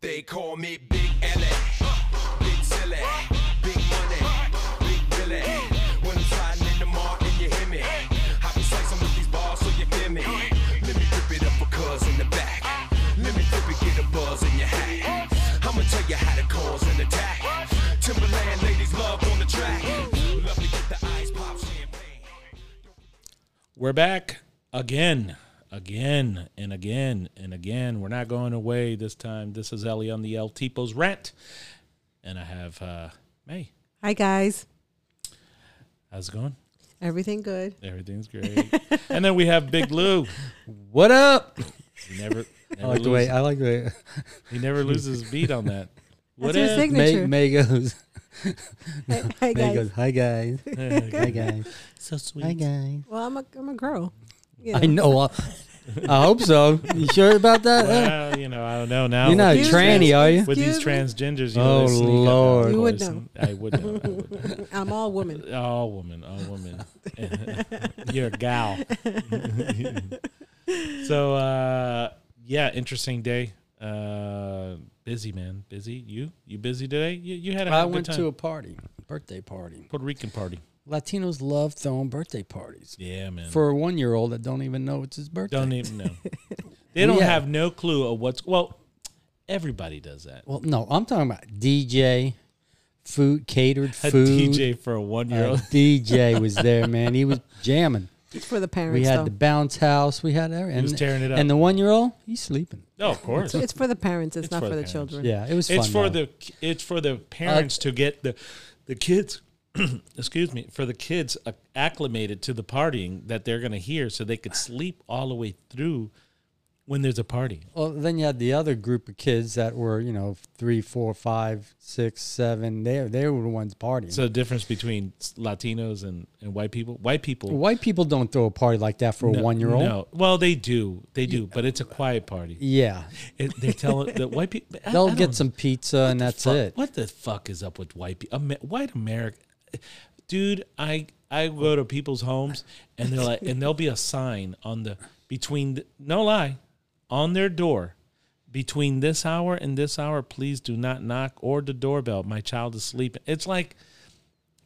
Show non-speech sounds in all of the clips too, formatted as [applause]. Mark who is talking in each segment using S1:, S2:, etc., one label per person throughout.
S1: They call me Big L, Big Silly, Big Money, Big Billy. When I'm sliding in the mall and you hear me, I be slicing with these balls so you feel me. Let me rip it up for cuz in the back. Let me flip it, get a buzz in your hat. I'ma tell you how to cause an attack. Timberland ladies love on the track. Love to get the ice pop champagne.
S2: We're back again, again, and again, and again. We're not going away this time. This is Ellie on the El Tipo's Rant. And I have uh, May.
S3: Hi guys,
S2: How's it going?
S3: everything
S4: [laughs]
S3: good?
S2: Everything's great.
S5: [laughs]
S2: and then we have Big Lou. What up? He never, never
S5: I like the way
S2: loses,
S5: I like
S4: [laughs]
S5: the
S2: he never loses beat on
S5: [laughs]
S2: that. What
S3: That's your
S2: up?
S5: way May,
S3: signature.
S5: May goes.
S3: Hey, hi
S5: May
S3: guys.
S5: goes. Hi
S2: [laughs]
S5: guys. Hi guys.
S2: so sweet.
S5: Hi guys.
S3: Well, I'm a I'm a girl. You
S5: I know. I, I hope so. You sure about that?
S2: Well, you know, I don't know now.
S5: uh, You're not a
S3: Excuse
S5: tranny,
S3: me.
S5: are you?
S2: with these
S3: Excuse
S2: transgenders, you know,
S5: Oh,
S2: they sneak up on
S5: Lord.
S3: You would
S2: boys.
S3: know.
S2: I would know. I would know.
S3: I'm all
S2: [laughs]
S3: woman.
S2: All woman, all woman. [laughs] You're a gal. [laughs] so uh yeah, interesting day. Uh busy man. Busy. You? You busy today? You you had a
S4: I
S2: good
S4: went
S2: time.
S4: to a party, birthday party.
S2: Puerto Rican party.
S4: Latinos love throwing birthday parties
S2: Yeah, man.
S4: for a one-year-old that don't even know it's his birthday.
S2: don't e- even
S4: [laughs]
S2: know. They don't
S4: Yeah.
S2: have no clue of what's well, everybody does that.
S4: Well, no, I'm talking about DJ, food, catered
S2: Had
S4: food.
S2: DJ for a one year
S4: [laughs] Uh,
S2: old.
S4: DJ was there, man. He was jamming.
S3: It's for the
S4: We
S3: parents.
S4: had
S3: though.
S4: the bounce house. We had everything.
S2: was tearing it up.
S4: And the one-year-old, he's sleeping.
S2: No, Oh, of course.
S3: it's for the parents. It's,
S2: It's
S3: not
S2: for
S3: for,
S2: the
S3: the
S2: parents.
S3: children.
S4: Yeah, it was.
S2: it's
S4: fun,
S2: for
S4: though.
S2: the it's for the parents to get the the kids [clears throat] excuse me for the kids acc- acclimated to the partying that they're going to hear so they could sleep all the way through when there's a party
S4: Well, then you had the other group of kids that were, you know, three, four, five, six, seven. They they were the ones partying.
S2: so the difference between s- latinos and, and white people white people
S4: White people don't throw a party like that for a one-year-old.
S2: no well they do they do but it's a quiet party
S4: Yeah,
S2: it, they're telling the white people I- I
S4: they'll
S2: don't
S4: get some pizza and that's
S2: fuck-
S4: it.
S2: What the fuck is up with white people? White America, dude. I I go to people's homes and they're like, and there'll be a sign on the between. The, no lie, on their door, between this hour and this hour, please do not knock or the doorbell. My child is sleeping. It's like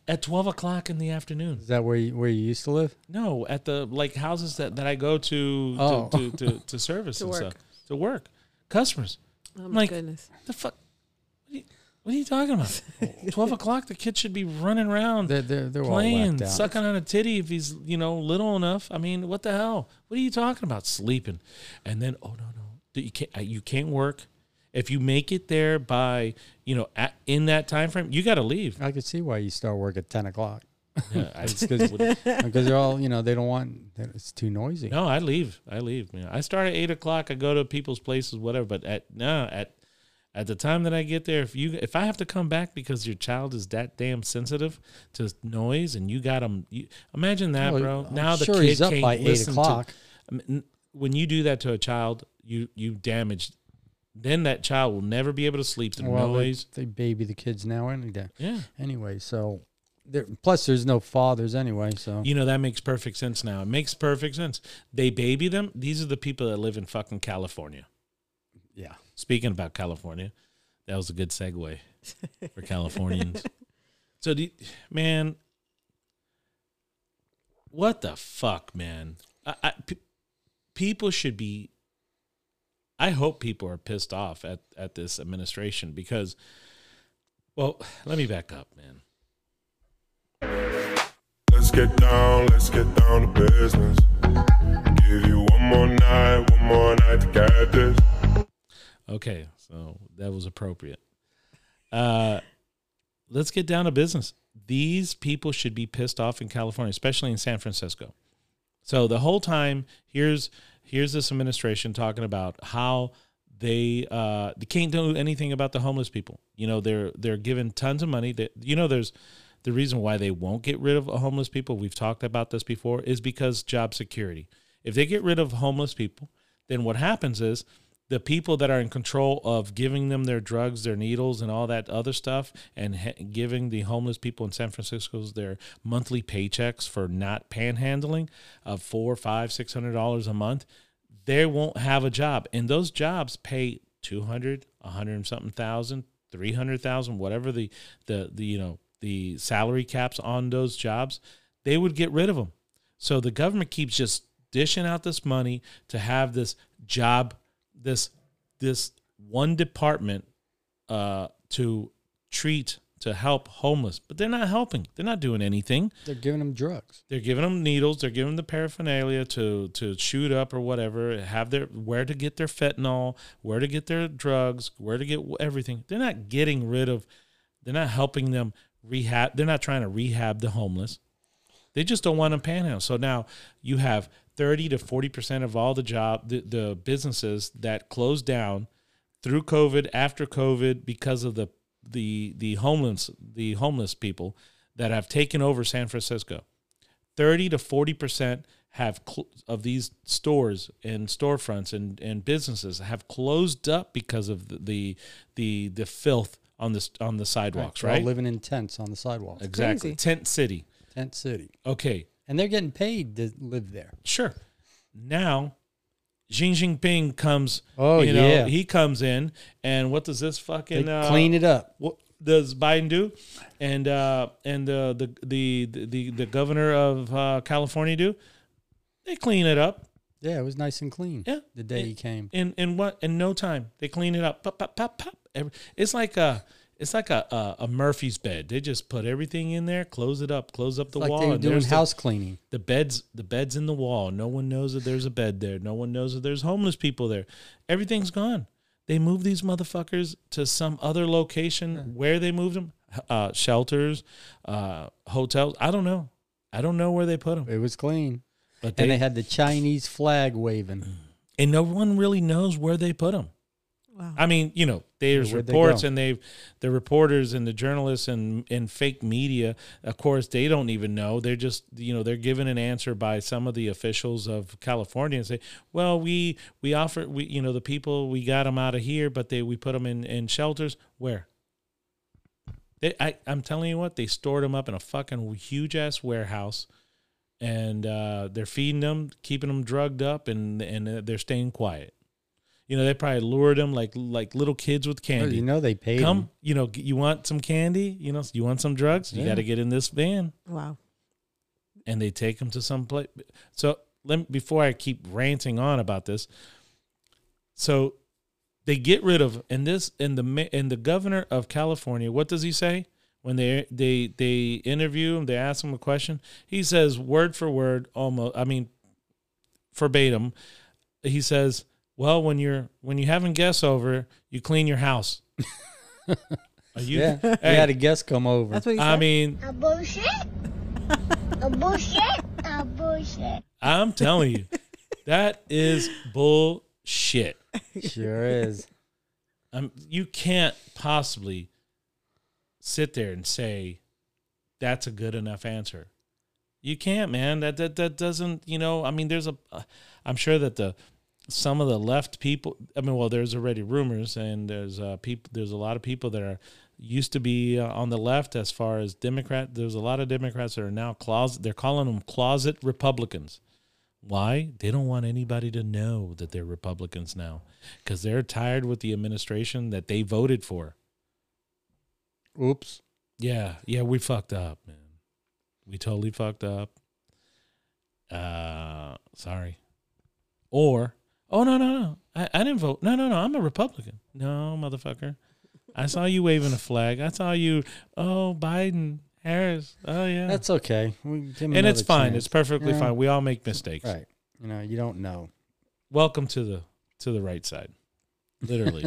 S2: at twelve o'clock in the afternoon.
S4: Is that where you, where you used to live?
S2: No, at the like houses that that I go to to
S4: Oh.
S2: to, to,
S4: [laughs]
S2: to service and
S3: work.
S2: stuff to work customers.
S3: Oh
S2: I'm
S3: my
S2: like,
S3: goodness.
S2: the fuck? What are you, what are you talking
S4: [laughs]
S2: about? [laughs] Twelve o'clock, the kid should be running around
S4: They're they're, they're all
S2: playing,
S4: whacked out.
S2: sucking on a titty if he's you know little enough. I mean, what the hell? What are you talking about? Sleeping, and then oh no no, Dude, you can't uh, you can't work. If you make it there by you know at, in that time frame, you got to
S4: [laughs]
S2: leave.
S4: I could see why you start work at ten o'clock [laughs]
S2: Yeah, I,
S4: because they're all you know they don't want it's too noisy.
S2: no, I leave. I leave. Man. I start at eight o'clock. I go to people's places, whatever. But at no at at the time that I get there, if you if I have to come back because your child is that damn sensitive to noise, and you got them, you, imagine that,
S4: Well,
S2: bro.
S4: I'm
S2: now the
S4: sure
S2: kid
S4: he's up
S2: can't
S4: by eight
S2: listen to-
S4: o'clock.
S2: I mean, when you do that to a child, you you damage. Then that child will never be able to sleep through
S4: Well, they,
S2: noise.
S4: they baby the kids now any day.
S2: Yeah.
S4: Anyway, so there, plus there's no fathers anyway. So
S2: You know, that makes perfect sense now. It makes perfect sense. They baby them. These are the people that live in fucking California.
S4: yeah,
S2: Speaking about California, that was a good segue for Californians. so, do you- man, what the fuck, man? I, I, pe- people should be. I hope people are pissed off at at this administration because, well, let me back up, man.
S6: Let's get down, let's get down to business. Give you one more night, one more night to get this.
S2: Okay, so that was appropriate. Uh, let's get down to business. These people should be pissed off in California, especially in San Francisco. So the whole time, here's here's this administration talking about how they uh, they can't do anything about the homeless people. You know, they're they're given tons of money. That you know, there's the reason why they won't get rid of homeless people. We've talked about this before, is because job security. If they get rid of homeless people, then what happens is the people that are in control of giving them their drugs, their needles, and all that other stuff, and ha- giving the homeless people in San Francisco's their monthly paychecks for not panhandling of four, five, six hundred dollars a month, they won't have a job, and those jobs pay 200, 100 and something thousand, 300,000, whatever the, the, the, you know, the salary caps on those jobs, they would get rid of them. So the government keeps just dishing out this money to have this job, this, this one department uh, to treat, to help homeless, but they're not helping. They're not doing anything
S4: They're giving them drugs.
S2: they're giving them needles they're giving them the paraphernalia to to shoot up or whatever have their where to get their fentanyl where to get their drugs where to get everything they're not getting rid of they're not helping them rehab they're not trying to rehab the homeless they just don't want them panhandle so now you have 30 to 40% of all the job the, the businesses that closed down through covid after covid because of the the the homeless the homeless people that have taken over san francisco 30 to 40% have cl- of these stores and storefronts and, and businesses have closed up because of the the the, the filth on the st- on the sidewalks,
S4: They're all
S2: right?
S4: living in tents on the sidewalk.
S2: exactly.
S3: crazy.
S2: Tent city.
S4: Tent city.
S2: Okay,
S4: And they're getting paid to live there.
S2: sure. Now Xi Jinping comes
S4: Oh,
S2: you know,
S4: yeah.
S2: he comes in and what does this
S4: They
S2: fucking uh,
S4: clean it up.
S2: what does Biden do? And uh, and uh, the, the the the the governor of uh, California do? They clean it up.
S4: Yeah, it was nice and clean.
S2: Yeah.
S4: The day
S2: Yeah.
S4: he came.
S2: in in what in no time they clean it up pop pop pop pop Every- it's like a it's like a, a a murphy's bed they just put everything in there close it up close up the
S4: like
S2: wall
S4: they were
S2: and
S4: doing
S2: there's the-
S4: house cleaning.
S2: the, beds the beds in the wall no one knows that there's a bed there no one knows that there's homeless people there everything's gone they move these motherfuckers to some other location where they moved them uh, shelters uh, hotels i don't know i don't know where they put them
S4: It was clean.
S2: but
S4: and
S2: they
S4: they had the Chinese flag waving.
S2: and no one really knows where they put them
S3: [laughs] Wow.
S2: I mean, you know, there's
S4: where'd they
S2: reports
S4: go?
S2: and they've the reporters and the journalists and and fake media, of course, they don't even know. They're just you know, they're given an answer by some of the officials of California and say, Well, we we offer we you know, the people we got them out of here, but they we put them in, in shelters. Where? They I, I'm telling you what, they stored them up in a fucking huge ass warehouse and uh, they're feeding them, keeping them drugged up and and they're staying quiet. You know, they probably lured them like like little kids with
S4: Well,
S2: candy.
S4: you know they paid
S2: Come,
S4: 'em.
S2: you know, g- you want some candy? You know, you want some drugs? You
S4: Yeah.
S2: got to get in this van,
S3: Wow.
S2: and they take them to some place. So let me, before I keep ranting on about this, so they get rid of and this and the ma- and the governor of California. What does he say when they they they interview him? They ask him a question. He says word for word, almost. I mean, verbatim. He says, "Well, when you're when you having guests over, you clean your
S4: [laughs]
S2: house." Are you?
S4: Yeah.
S2: [laughs] Hey,
S4: They had a guest come over.
S3: That's what he said.
S2: I mean,
S7: A bullshit. A bullshit. A bullshit.
S2: I'm telling you, that is bullshit.
S4: Sure is.
S2: Um, you can't possibly sit there and say that's a good enough answer. You can't, man. That that that doesn't. You know, I mean, there's a. Uh, I'm sure that the some of the left people. I mean, well, there's already rumors, and there's uh, people. There's a lot of people that are used to be uh, on the left as far as Democrat. There's a lot of Democrats that are now closet. They're calling them closet Republicans. Why? They don't want anybody to know that they're Republicans now because they're tired with the administration that they voted for.
S4: Oops.
S2: Yeah, yeah, we fucked up, man. We totally fucked up. Uh, sorry. Or, oh, no, no, no. I, I didn't vote. No, no, no. I'm a Republican. No, motherfucker. I saw you waving a flag. I saw you, oh, Biden, Harris. Oh, yeah.
S4: That's okay. We give 'em
S2: and it's
S4: another
S2: fine.
S4: chance.
S2: It's perfectly
S4: Yeah.
S2: fine. We all make mistakes.
S4: right. You know, you don't know.
S2: welcome to the to the right side
S4: [laughs]
S2: literally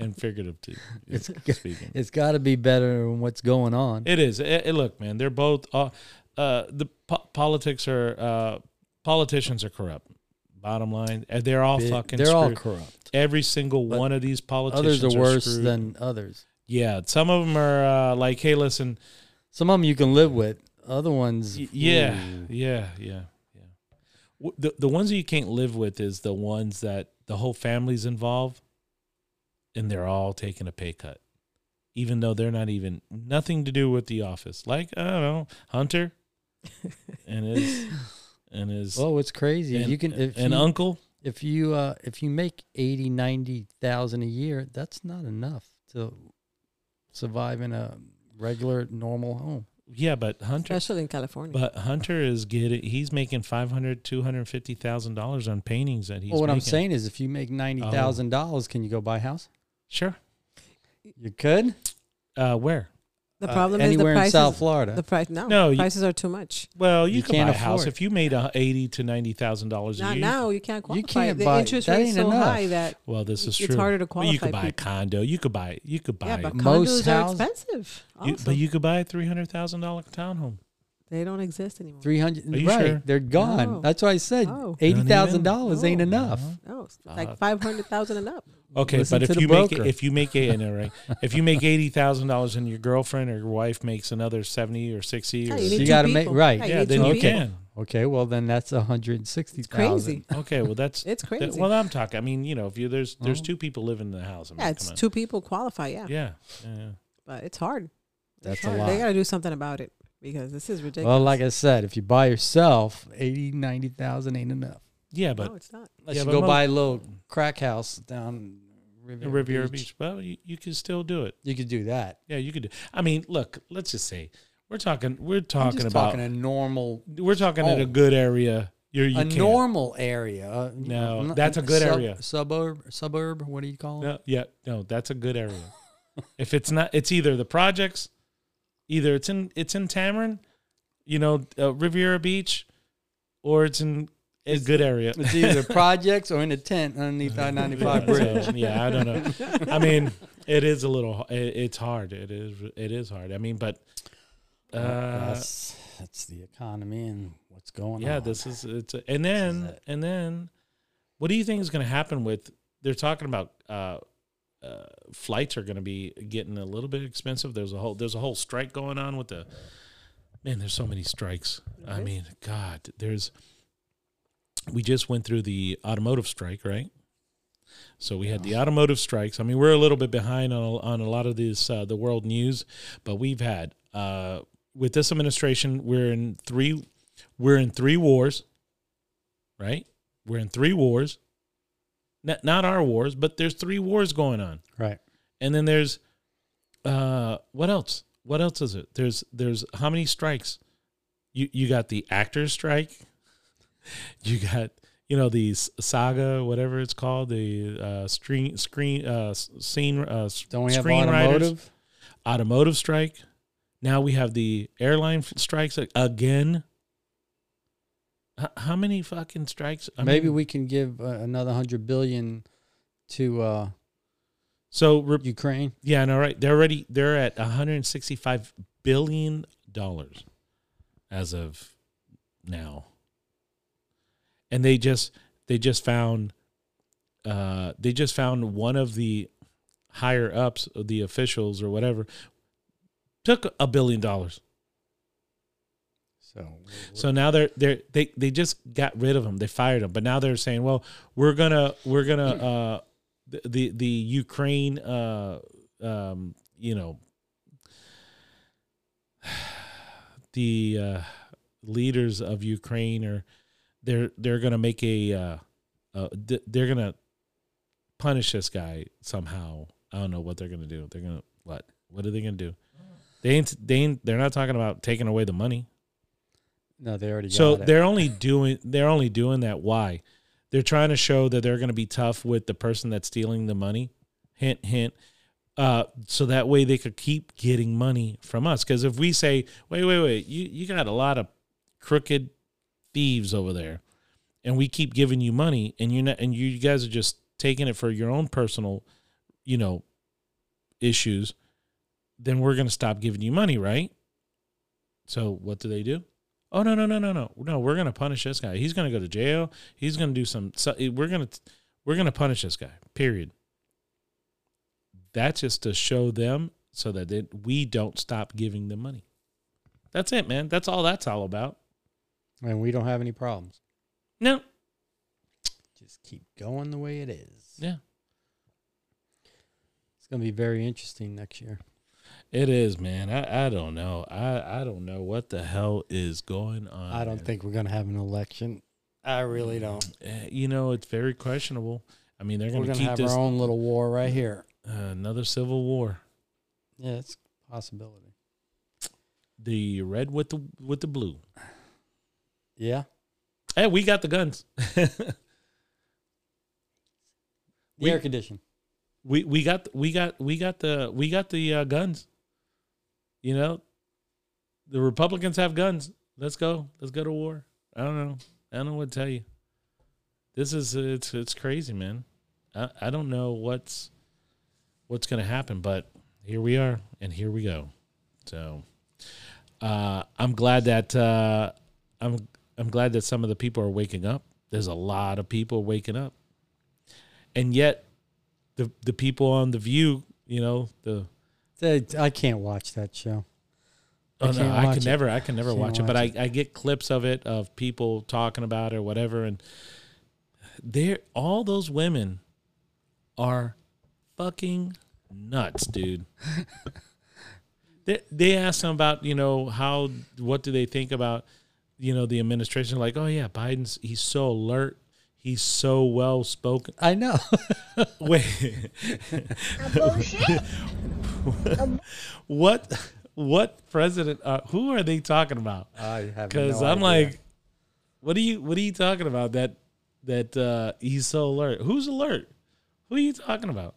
S2: and figuratively
S4: It's
S2: speaking
S4: it's got to be better than what's going on.
S2: it is it, it- look man they're both uh, uh the po- politics are uh politicians are corrupt bottom line and they're all
S4: Big-
S2: fucking
S4: they're all
S2: screwed.
S4: corrupt.
S2: every single
S4: But
S2: one of these politicians
S4: Others are worse
S2: screwed.
S4: than others.
S2: yeah some of them are uh, like hey listen
S4: Some of them you can live with. Other ones,
S2: Y- Yeah,
S4: ooh.
S2: yeah, yeah, yeah. W- The the ones that you can't live with is the ones that the whole family's involved, and they're all taking a pay cut, even though they're not even nothing to do with the office. Like I don't know, [laughs] Hunter, and his and his
S4: Oh, it's crazy.
S2: and,
S4: you can if
S2: and
S4: you,
S2: Uncle.
S4: if you uh if you make 80 90,000 a year, that's not enough to survive in a regular normal home.
S2: Yeah, but Hunter
S3: especially in California.
S2: but Hunter is getting he's making 500 250,000 dollars on paintings that he's
S4: well, what I'm
S2: making.
S4: saying is if you make $90,000, can you go buy a house?
S2: Sure.
S4: You could?
S2: Uh where?
S3: the
S4: Uh,
S3: problem is the
S4: anywhere in
S3: prices.
S4: South Florida.
S3: the price no,
S2: No, you-
S3: prices are too much.
S2: Well, you,
S4: You
S2: could
S4: can't
S2: buy a house
S4: afford.
S2: if you made a 80 to 90,000 dollars a
S3: Not
S2: year.
S3: now. You can't qualify.
S4: can't
S3: the
S4: buy-
S3: interest
S4: that
S3: rate's
S4: ain't
S3: so
S4: enough.
S3: high that
S2: Well, this is
S3: It's
S2: true.
S3: harder to
S2: Well, you could
S3: qualify
S2: buy a
S3: people.
S2: condo. You could buy you could buy
S3: yeah, but
S4: Most
S3: condos are
S4: houses-
S3: expensive.
S2: you,
S3: also.
S2: but you could buy a $300,000 townhome.
S3: they don't exist anymore.
S4: 300
S2: Are you
S4: right
S2: sure?
S4: they're gone
S3: No.
S4: that's why i said
S3: No.
S4: $80000
S3: No.
S2: Oh.
S4: ain't enough
S3: No, it's like
S2: Uh,
S3: five hundred thousand and up.
S2: Okay,
S4: Listen
S2: but
S4: to
S2: if
S4: the
S2: you make
S4: broker.
S2: if you make a know, right? if you make eighty thousand dollars and your girlfriend or your wife makes another seventy or sixty,
S3: Yeah,
S2: or,
S3: you need
S4: you
S3: two
S4: gotta make-
S3: people.
S4: right.
S3: Yeah,
S2: yeah,
S3: need
S2: then
S3: two
S2: you
S3: people.
S2: can.
S4: okay well then that's 160000
S3: It's crazy.
S2: Okay, well that's
S3: It's
S2: that-
S3: crazy.
S2: well, I'm talking. I mean, you know, if you there's there's
S4: Well.
S2: two people living in the house. I mean,
S3: Yeah, it's
S2: come on.
S3: two people qualify. Yeah,
S2: Yeah, yeah, yeah.
S3: but it's hard.
S4: that's a
S3: Hard.
S4: lot
S3: They gotta do something about it because this is ridiculous.
S4: well like i said if you buy yourself 80 90000 ain't enough
S2: Yeah,
S3: no,
S4: Oh,
S2: but
S3: it's not.
S4: unless
S2: Yeah,
S4: you
S2: but
S4: go
S2: mo-
S4: buy a little crack house down riviera,
S2: Riviera Beach. Well, you, you could still do it.
S4: you could do that
S2: Yeah, you could. do I mean, look. Let's just say we're talking. We're
S4: i'm
S2: talking
S4: just
S2: about.
S4: talking a normal
S2: we're talking at a
S4: home.
S2: good area. You're you
S4: a
S2: can't.
S4: normal area uh, you
S2: No,
S4: not-
S2: that's a good
S4: sub-
S2: area.
S4: suburb suburb what do you call it
S2: No, yeah, no, that's a good
S4: [laughs]
S2: area. if it's not, it's either the projects, either it's in it's in Tamarind, you know, uh, Riviera Beach, or it's in a good area.
S4: it's either projects or in a tent underneath i 95
S2: Yeah,
S4: bridge
S2: [laughs] so, yeah, I don't know. I mean, it is a little. It, it's hard. It is. It is hard. I mean, but uh,
S4: that's, that's the economy and what's going on.
S2: yeah, this is it's. a- And then
S4: it.
S2: and then, what do you think is going to happen with? They're talking about uh, uh, flights are going to be getting a little bit expensive. There's a whole there's a whole strike going on with the man. There's so many strikes. I
S3: There is.
S2: mean, God, there's. We just went through the automotive strike, right? So we had the automotive strikes. I mean, we're a little bit behind on a, on a lot of this uh, the world news, but we've had uh, with this administration, we're in three we're in three wars, right? We're in three wars. Not, not our wars, but there's three wars going on.
S4: right.
S2: And then there's uh what else? What else is it? There's there's how many strikes? You you got the actors strike. [laughs] You got you know the s- saga whatever it's called the uh screen screen uh s- scene uh s-
S4: Don't we have
S2: screenwriters.
S4: automotive?
S2: automotive strike. Now we have the airline f- strikes a- again. H- how many fucking strikes? I
S4: Maybe
S2: mean,
S4: we can give uh, another hundred billion to uh,
S2: so re-
S4: Ukraine.
S2: Yeah, no, right. They're already they're at 165 billion dollars as of now, and they just they just found uh they just found one of the higher ups of the officials or whatever took a billion dollars.
S4: So,
S2: So now they're they're they they just got rid of him. They fired him, but now they're saying, well, we're gonna we're gonna uh the the, the Ukraine uh um you know [sighs] the uh leaders of Ukraine are they're they're gonna make a uh, uh th- they're gonna punish this guy somehow. I don't know what they're gonna do. They're gonna what what are they gonna do? They ain't they ain't they're not talking about taking away the money.
S4: no, they already.
S2: So
S4: got it.
S2: they're only doing they're only doing that. Why? They're trying to show that they're going to be tough with the person that's stealing the money. Hint, hint. Uh, so that way they could keep getting money from us. Because if we say, wait, wait, wait, you you got a lot of crooked thieves over there, and we keep giving you money, and you're not, and you guys are just taking it for your own personal, you know, issues, then we're going to stop giving you money, right? So what do they do? oh no no no no no no we're gonna punish this guy he's gonna go to jail he's gonna do some so, eh, we're gonna we're gonna punish this guy period that's just to show them so that they, we don't stop giving them money that's it man that's all that's all about
S4: and we don't have any problems.
S2: no
S4: Just keep going the way it is.
S2: yeah
S4: It's going to be very interesting next year.
S2: it is man i, I don't know i i don't know what the hell is going on
S4: I don't
S2: man.
S4: think we're going to have an election. I really don't.
S2: Eh, You know, it's very questionable. I mean, they're going
S4: We're
S2: to
S4: gonna
S2: keep
S4: have
S2: this
S4: our own little war right here.
S2: uh, another civil war.
S4: Yeah, it's a possibility.
S2: The red with the with the blue.
S4: Yeah.
S2: Hey, we got the guns.
S4: The
S2: We-
S4: air condition.
S2: we we got we got we got the we got the uh, guns. You know, the Republicans have guns. Let's go. Let's go to war. I don't know. I don't know what to tell you. This is it's it's crazy, man. I I don't know what's what's going to happen, but here we are and here we go. So uh I'm glad that uh I'm I'm glad that some of the people are waking up. There's a lot of people waking up. And yet the the people on the view, you know, the
S4: They- I can't watch that show.
S2: oh, no,
S4: can't
S2: I
S4: watch
S2: can
S4: it.
S2: never I can never
S4: Can't
S2: watch it, but
S4: watch
S2: I, I get clips of it of people talking about it or whatever and they're all those women are fucking nuts,
S4: [laughs]
S2: dude. they they asked them about, you know, how what do they think about you know the administration like, "Oh yeah, Biden's he's so alert, he's so well spoken." [laughs]
S4: I know.
S2: Wait.
S7: A bullshit.
S2: what what president uh, who are they talking about
S4: I have
S2: because i'm like what are you what are you talking about that that uh he's so alert who's alert who are you talking about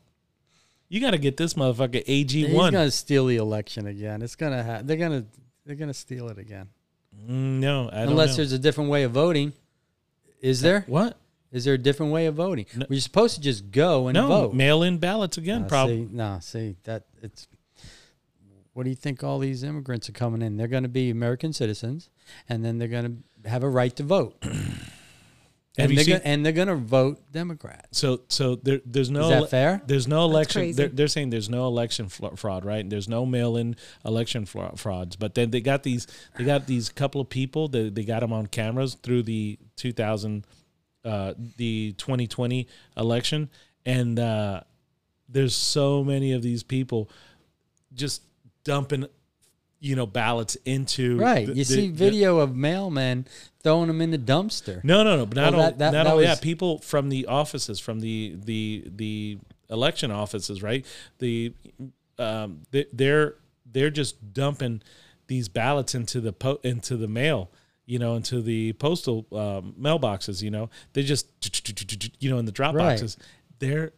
S2: you gotta get this motherfucker
S4: he's
S2: ag1
S4: gonna steal the election again. It's gonna ha- they're gonna they're gonna steal it again.
S2: Mm, no I don't
S4: Unless
S2: know.
S4: there's a different way of voting. Is there?
S2: what
S4: Is there a different way of voting? We're supposed to just go and
S2: no
S4: vote.
S2: mail in ballots again
S4: Nah,
S2: probably
S4: See, nah, see that it's. What do you think all these immigrants are coming in? They're going to be American citizens, and then they're going to have a right to vote.
S2: [clears throat] have
S4: and,
S2: you
S4: they're
S2: seen
S4: gonna, and they're going to vote Democrat.
S2: so so there, there's no
S4: Is that
S2: ele-
S4: fair?
S2: There's no election.
S3: crazy.
S2: They're, they're saying there's no election fla- fraud, right? There's no mail-in election fra- frauds. But then they got these. They got these couple of people. They, they got them on cameras through the 2000, uh, the 2020 election, and uh, there's so many of these people just dumping, you know, ballots into
S4: Right.
S2: the-
S4: you
S2: the-
S4: see
S2: the-
S4: video of mailmen throwing them in the dumpster.
S2: no, no, no. But not
S4: Oh,
S2: only
S4: that- that-
S2: not
S4: that
S2: only
S4: was-
S2: that, people from the offices, from the the the election offices, right? The um, they, they're they're just dumping these ballots into the po- into the mail, you know, into the postal um, mailboxes. You know, they just you know in the drop
S4: Right.
S2: boxes. They're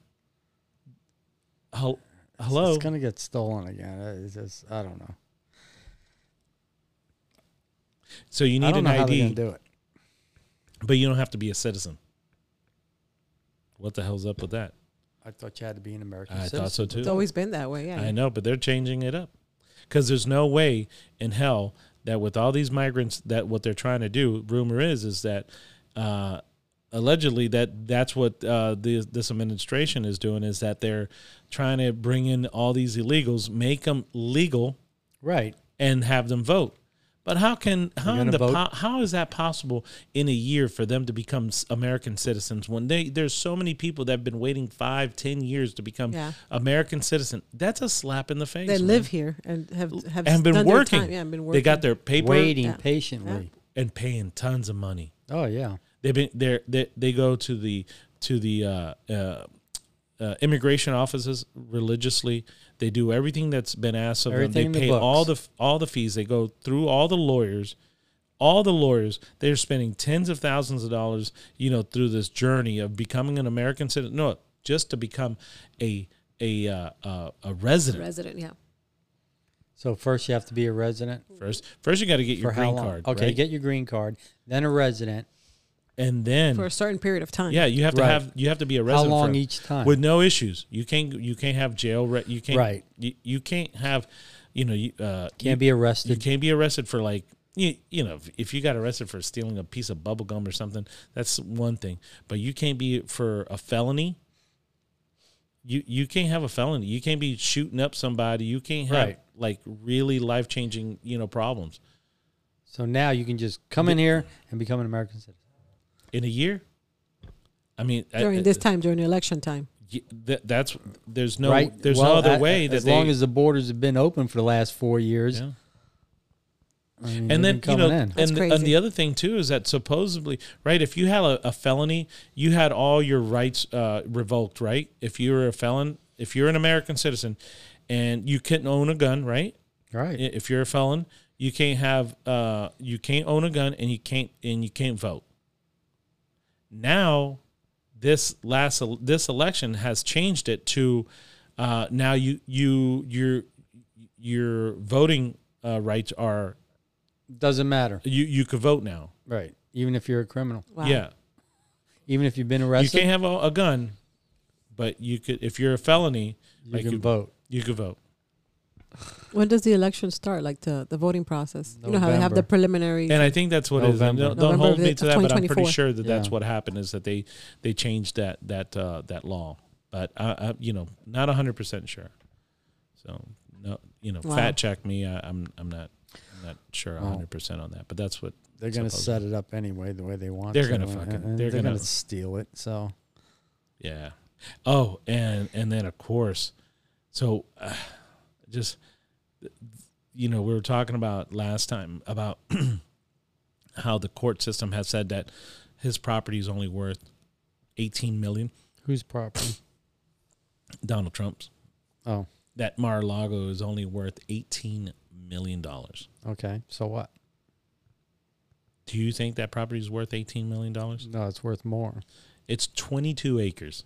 S2: hel- hello.
S4: It's going to get stolen again. Uh, It's just, I don't know.
S2: So you
S4: I
S2: need
S4: don't
S2: an
S4: know how they're going
S2: ID,
S4: to do it.
S2: but you don't have to be a citizen. What the hell's up with that?
S4: I thought you had to be an American
S2: I
S4: citizen.
S2: thought so too.
S3: It's always been that way. Yeah.
S2: I know, but they're changing it up because there's no way in hell that with all these migrants that what they're trying to do. Rumor is is that uh, allegedly that that's what uh, the, this administration is doing is that they're trying to bring in all these illegals, make them legal,
S4: Right.
S2: and have them vote. But how can how in
S4: gonna
S2: the
S4: vote?
S2: po- how is that possible in a year for them to become s- American citizens when they there's so many people that have been waiting five ten years to become
S3: Yeah.
S2: American citizen? That's a slap in the face.
S3: They
S2: man.
S3: live here and have have
S2: and been
S3: done their
S2: working.
S3: time. Yeah, and been working.
S2: They got their paper
S4: Waiting
S3: Yeah.
S4: patiently.
S2: and paying tons of money.
S4: Oh, yeah.
S2: They've been they're, they they go to the to the uh, uh, uh, immigration offices religiously. They do everything that's been asked of
S4: Everything in
S2: them. They pay
S4: the books.
S2: all the all the fees. They go through all the lawyers, all the lawyers. They're spending tens of thousands of dollars, you know, through this journey of becoming an American citizen. No, just to become a a uh, uh, a resident
S3: resident. Yeah.
S4: So first you have to be a resident.
S2: first. First, you got to get your
S4: for how
S2: green
S4: long?
S2: card,
S4: okay,
S2: right?
S4: get your green card, then a resident.
S2: and then
S3: For a certain period of time.
S2: Yeah, you have to
S4: Right.
S2: have you have to be a
S4: How
S2: resident.
S4: long
S2: for-
S4: each time?
S2: with no issues. You can't you can't have jail. Re- you can't
S4: Right.
S2: You, you can't have you know you uh,
S4: Can't
S2: you,
S4: be
S2: you
S4: arrested.
S2: can't be arrested for like you, you know if, if you got arrested for stealing a piece of bubble gum or something that's one thing, but you can't be for a felony. You you can't have a felony. You can't be shooting up somebody. You can't have
S4: Right.
S2: like really life changing you know problems
S4: So now you can just come in here and become an American citizen.
S2: in a year. I mean, I-
S3: During this time, during the election time.
S2: y- th- that's there's no
S4: right?
S2: there's
S4: Well,
S2: no other
S4: a-
S2: way
S4: as
S2: that
S4: long
S2: they,
S4: as the borders have been open for the last four years.
S2: Yeah.
S4: I
S2: and
S4: mean, they've
S2: then you
S4: been
S2: know,
S4: coming in.
S2: and
S3: That's
S2: and the
S3: crazy.
S2: other thing too is that supposedly, right? If you had a, a felony, you had all your rights uh, revoked, right? If you were a felon, if you're an American citizen, and you couldn't own a gun, right?
S4: right?
S2: I- If you're a felon, you can't have, uh, you can't own a gun, and you can't and you can't vote. Now, this last el- this election has changed it to uh, now you you your your voting uh, rights are
S4: Doesn't matter,
S2: you you could vote now.
S4: right? Even if you're a criminal,
S3: Wow.
S2: Yeah,
S4: even if you've been
S2: you
S4: arrested,
S2: can't have a, a gun, but you could if you're a felony,
S4: you
S2: like
S4: can
S2: you-
S4: vote.
S2: you could vote.
S3: When does the election start? Like the, the voting process? You know how they have the
S4: November.
S3: preliminary.
S2: And I think that's what it is. And
S4: November.
S2: Don't, don't
S3: November
S2: hold
S3: of
S2: me
S3: the-
S2: to
S3: of
S2: that, but I'm pretty
S3: 2024.
S2: sure that that's
S4: Yeah.
S2: what happened is that they they changed that that uh, that law. But I, I you know not hundred percent sure. So no, you know,
S3: Wow.
S2: fact check me. I, I'm I'm not I'm not sure
S4: Wow.
S2: hundred percent on that. But that's what
S4: They're going to
S2: Supposedly.
S4: set it up anyway, the way they want.
S2: They're
S4: to,
S2: gonna
S4: and-
S2: fucking-
S4: and
S2: they're
S4: they're,
S2: gonna-
S4: going to steal it. So
S2: Yeah. Oh, and and then of course, so uh, just you know we were talking about last time about [clears throat] how the court system has said that his property is only worth eighteen million.
S4: whose property?
S2: Donald Trump's
S4: Oh,
S2: that Mar-a-Lago is only worth eighteen million dollars.
S4: [coughs] okay. So what?
S2: Do you think that property is worth eighteen million dollars?
S4: No, it's worth more.
S2: It's twenty-two acres.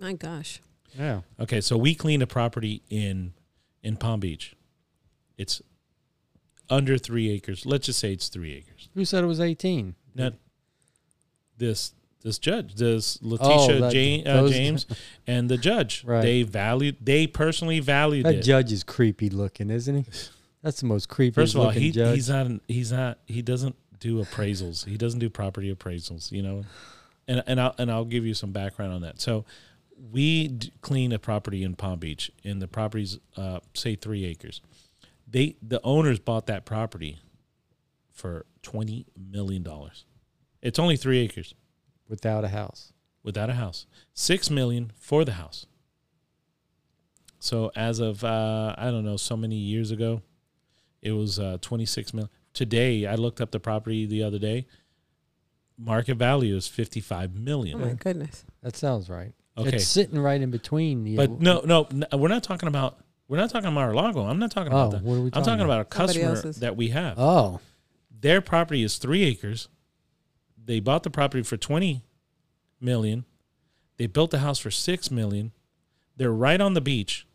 S3: My gosh.
S4: Yeah.
S2: Okay, so we cleaned a property in in Palm Beach. It's under three acres. Let's just say it's three acres.
S4: Who said it was 18?
S2: Now, this this judge, this Letitia
S4: Oh, [laughs] that-
S2: Jane, uh,
S4: those-
S2: James, and the judge,
S4: Right.
S2: they valued, they personally valued
S4: That
S2: it.
S4: judge is creepy
S2: [laughs]
S4: looking, isn't he? That's the most creepy
S2: First of all,
S4: looking
S2: he,
S4: judge.
S2: he's not, an- he's not, he doesn't do appraisals. He doesn't do property appraisals. You know, and and I'll and I'll give you some background on that. So. We d- clean a property in Palm Beach, and the property's uh, say three acres. they the owners bought that property for twenty million dollars. It's only three acres
S4: without a house.
S2: without a house. Six million for the house. So as of uh, I don't know so many years ago, it was uh, twenty six million. Today I looked up the property the other day. Market value is fifty five
S3: Oh
S2: million.
S3: my goodness.
S4: That sounds right.
S2: Okay.
S4: It's sitting right in between. The,
S2: But no, no, n- we're not talking about we're not talking Mar-a-Lago. I'm not talking about
S4: Oh,
S2: that.
S4: what are we
S2: I'm
S4: talking
S2: talking about, a
S3: Somebody
S2: customer
S3: else's.
S2: that we have.
S4: Oh,
S2: their property is three acres. They bought the property for twenty million. They built the house for six million. They're right on the beach.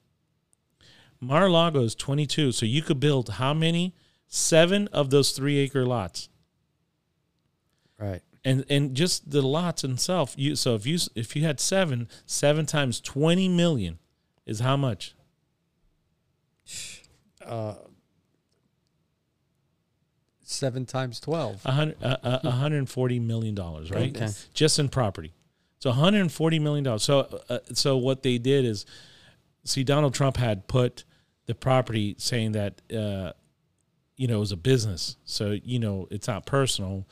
S2: Mar-a-Lago is twenty-two, so you could build how many? Seven of those three-acre lots,
S4: right.
S2: and and just the lots itself. You so if you s- if you had seven, seven times twenty million is how much?
S4: Uh, Seven times 12.
S2: A hundred uh, uh, a hundred and forty million dollars, right?
S4: Okay.
S2: Just in property. So 140 million dollars. So uh, so what they did is, see, Donald Trump had put the property saying that uh, you know it was a business, so you know it's not personal.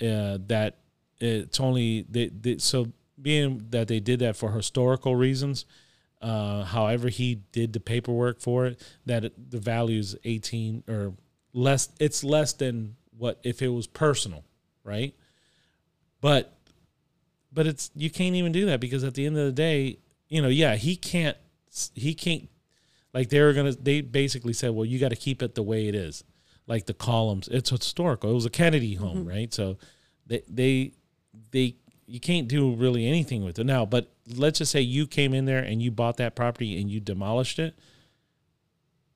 S2: Uh, that it's only they, they, so being that they did that for historical reasons. Uh, however, he did the paperwork for it. That it, the value is 18 or less. It's less than what if it was personal, right? But but it's you can't even do that because at the end of the day, you know, yeah, he can't he can't like they were gonna they basically said, well, you got to keep it the way it is, like the columns. It's historical. It was a Kennedy home, right? So they they they you can't do really anything with it now. But let's just say you came in there and you bought that property and you demolished it.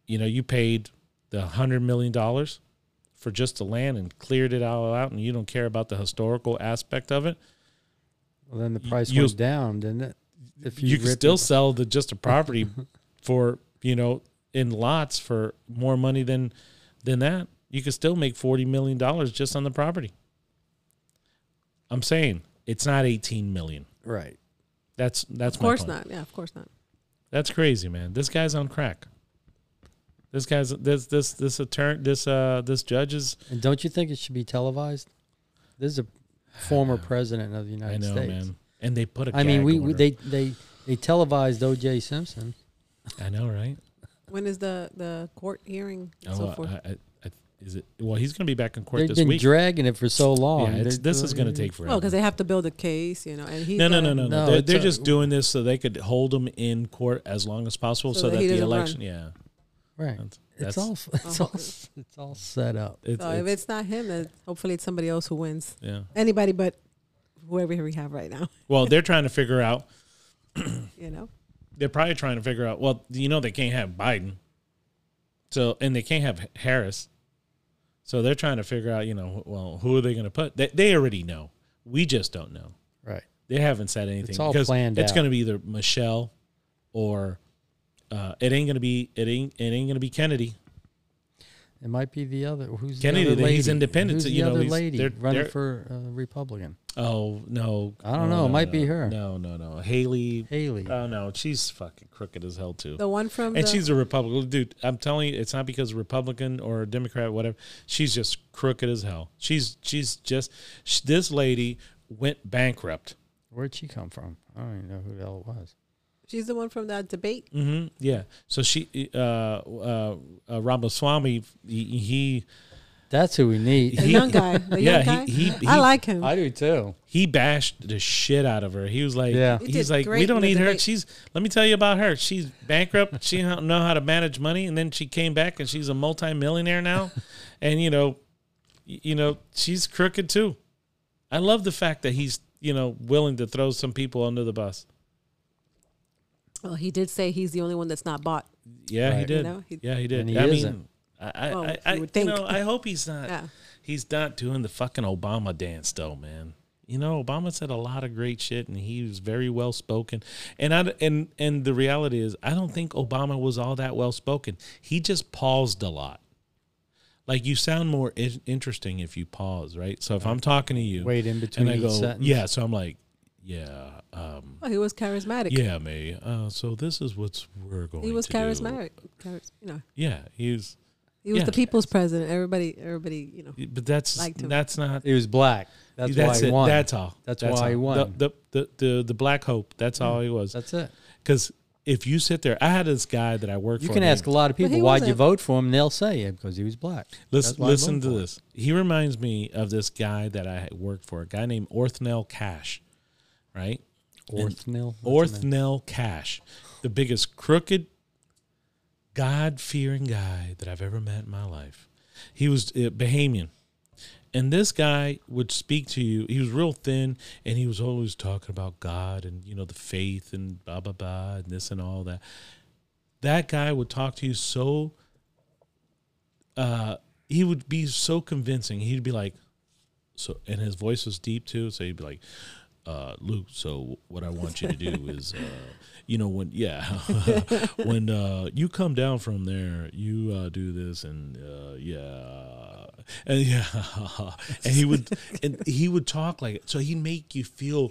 S2: You know, you paid the hundred million dollars for just the land and cleared it all out, and you don't care about the historical aspect of it.
S4: Well, then the
S2: Y-
S4: price
S2: you-
S4: went down, didn't it? If
S2: you, can
S4: rip
S2: still
S4: it-
S2: sell the just a
S4: [laughs]
S2: property for you know in lots for more money than than that you could still make 40 million dollars just on the property i'm saying it's not 18 million
S4: right.
S2: that's that's
S3: Of course
S2: my point.
S3: not. Yeah, of course not.
S2: that's crazy man this guy's on crack this guy's this this this attorney this uh this judge is
S4: And don't you think it should be televised? This is a
S2: [sighs]
S4: former president of the
S2: i
S4: United
S2: know
S4: States.
S2: man and they put a
S4: I mean,
S2: gag
S4: we, we
S2: order.
S4: they they they televised O.J. Simpson.
S2: i know right
S3: When is the, the court hearing and so
S2: oh,
S3: forth?
S2: I, I, I, Is it? Well, he's going to be back in court
S4: They've
S2: this
S4: been
S2: week.
S4: dragging it for so long.
S2: yeah, it's,
S4: They're
S2: this is
S4: doing
S2: going to
S4: it.
S2: take forever.
S3: Well, because they have to build a case, you know, and he
S2: no, no, no, no, no.
S4: No,
S2: They're,
S4: it's
S2: they're
S4: a-
S2: just doing this so they could hold him in court as long as possible, so,
S3: So that
S2: that,
S3: he
S2: the
S3: doesn't run.
S2: election. Yeah,
S4: Right.
S2: that's, that's
S4: It's all [laughs] it's
S3: Oh.
S4: all it's all set up.
S2: It's,
S3: So if
S2: it's-
S3: it's not him, then hopefully it's somebody else who wins.
S2: yeah.
S3: Anybody but whoever we have right now, [laughs]
S2: Well, they're trying to figure out.
S3: you know.
S2: They're probably trying to figure out. Well, you know, they can't have Biden, so and they can't have Harris, so they're trying to figure out. You know, well, who are they going to put? They, they already know. We just don't know.
S4: Right.
S2: They haven't said anything.
S4: all
S2: because
S4: planned
S2: It's
S4: out.
S2: going to be either Michelle or uh, it ain't going to be it ain't it ain't going to be Kennedy.
S4: It might be the other who's
S2: Kennedy,
S4: The other
S2: that he's
S4: lady?
S2: independent,
S4: Who's
S2: so,
S4: the
S2: you know,
S4: other
S2: he's-
S4: lady
S2: they're-
S4: running
S2: they're-
S4: for uh, Republican?
S2: Oh no,
S4: I don't
S2: No,
S4: know. It
S2: no,
S4: might
S2: no.
S4: be her.
S2: No, no, no. Haley.
S4: Haley.
S2: Oh no, she's fucking crooked as hell too.
S3: The one from
S2: and
S3: the,
S2: she's a Republican, dude. I'm telling you, it's not because Republican or Democrat, whatever. She's just crooked as hell. She's she's just sh this lady went bankrupt.
S4: Where'd she come from? I don't even know who the hell it was.
S3: she's the one from that debate.
S2: hmm Yeah. So she, uh, uh, uh Ramaswamy, he, he
S4: That's who we need.
S2: [laughs]
S3: The
S2: He-
S3: young guy. The
S2: yeah,
S3: young guy.
S2: he, he, he,
S3: I like him.
S4: I do too.
S2: he bashed the shit out of her. He was like,
S4: Yeah.
S3: He
S2: he's
S3: did
S2: like,
S3: great
S2: we don't
S3: in the
S2: need her.
S3: debate.
S2: She's, let me tell you about her. She's bankrupt. she [laughs] don't know how to manage money. And then she came back and she's a multimillionaire
S4: [laughs]
S2: now. and you know, y- you know, she's crooked too. I love the fact that he's, you know, willing to throw some people under the bus.
S3: well, he did say he's the only one that's not bought.
S2: Yeah, he
S4: Right.
S2: did.
S3: You know, he-
S2: yeah, he did.
S4: And he
S2: I mean,
S4: isn't.
S2: I, I,
S3: Well,
S2: I, I
S3: you
S2: you,
S3: would think.
S2: know, I hope he's not.
S3: [laughs] Yeah.
S2: He's not doing the fucking Obama dance though, man. You know, Obama said a lot of great shit, and he was very well spoken. And I and and the reality is, I don't think Obama was all that well spoken. He just paused a lot. Like you sound more in- interesting if you pause, right? So if I'm talking to you,
S4: Wait in
S2: and
S4: between
S2: I
S4: each
S2: go,
S4: sentence.
S2: yeah. So I'm like, yeah, um,
S3: Well, he was charismatic.
S2: yeah, me. Uh, so this is what's we're going.
S3: he was
S2: to do."
S3: charismatic. Charis, you know,
S2: Yeah, he was.
S3: he was
S2: Yeah.
S3: the people's president. Everybody, everybody, you know.
S2: But that's
S3: Liked him.
S2: that's not
S4: He was black. That's,
S2: that's, it.
S4: why he won.
S2: That's all.
S4: That's why he
S2: all.
S4: won.
S2: The, the the the the black hope. That's all he was.
S4: That's it.
S2: Because if you sit there, I had this guy that I worked
S4: You
S2: for.
S4: can
S2: named-
S4: ask a lot of
S3: he
S4: people why'd you
S3: wasn't-
S4: vote for him, and they'll say it because he was black.
S2: Listen,
S4: That's why I
S2: listen
S4: voted
S2: to
S4: for him.
S2: this. He reminds me of this guy that I had worked for. A guy named Orthnell Cash, right?
S4: Orthnell. What's his name?
S2: Orthnell Cash, the biggest crooked, God fearing guy that I've ever met in my life. He was uh, Bahamian. And this guy would speak to you. He was real thin and he was always talking about God and, you know, the faith and blah, blah, blah, and this and all that. That guy would talk to you so, uh, he would be so convincing. He'd be like, so and his voice was deep too so he'd be like uh, luke so what i want you to do is uh, you know when yeah [laughs] when uh, you come down from there you uh, do this and uh, yeah and yeah [laughs] and he would and he would talk like it so he'd make you feel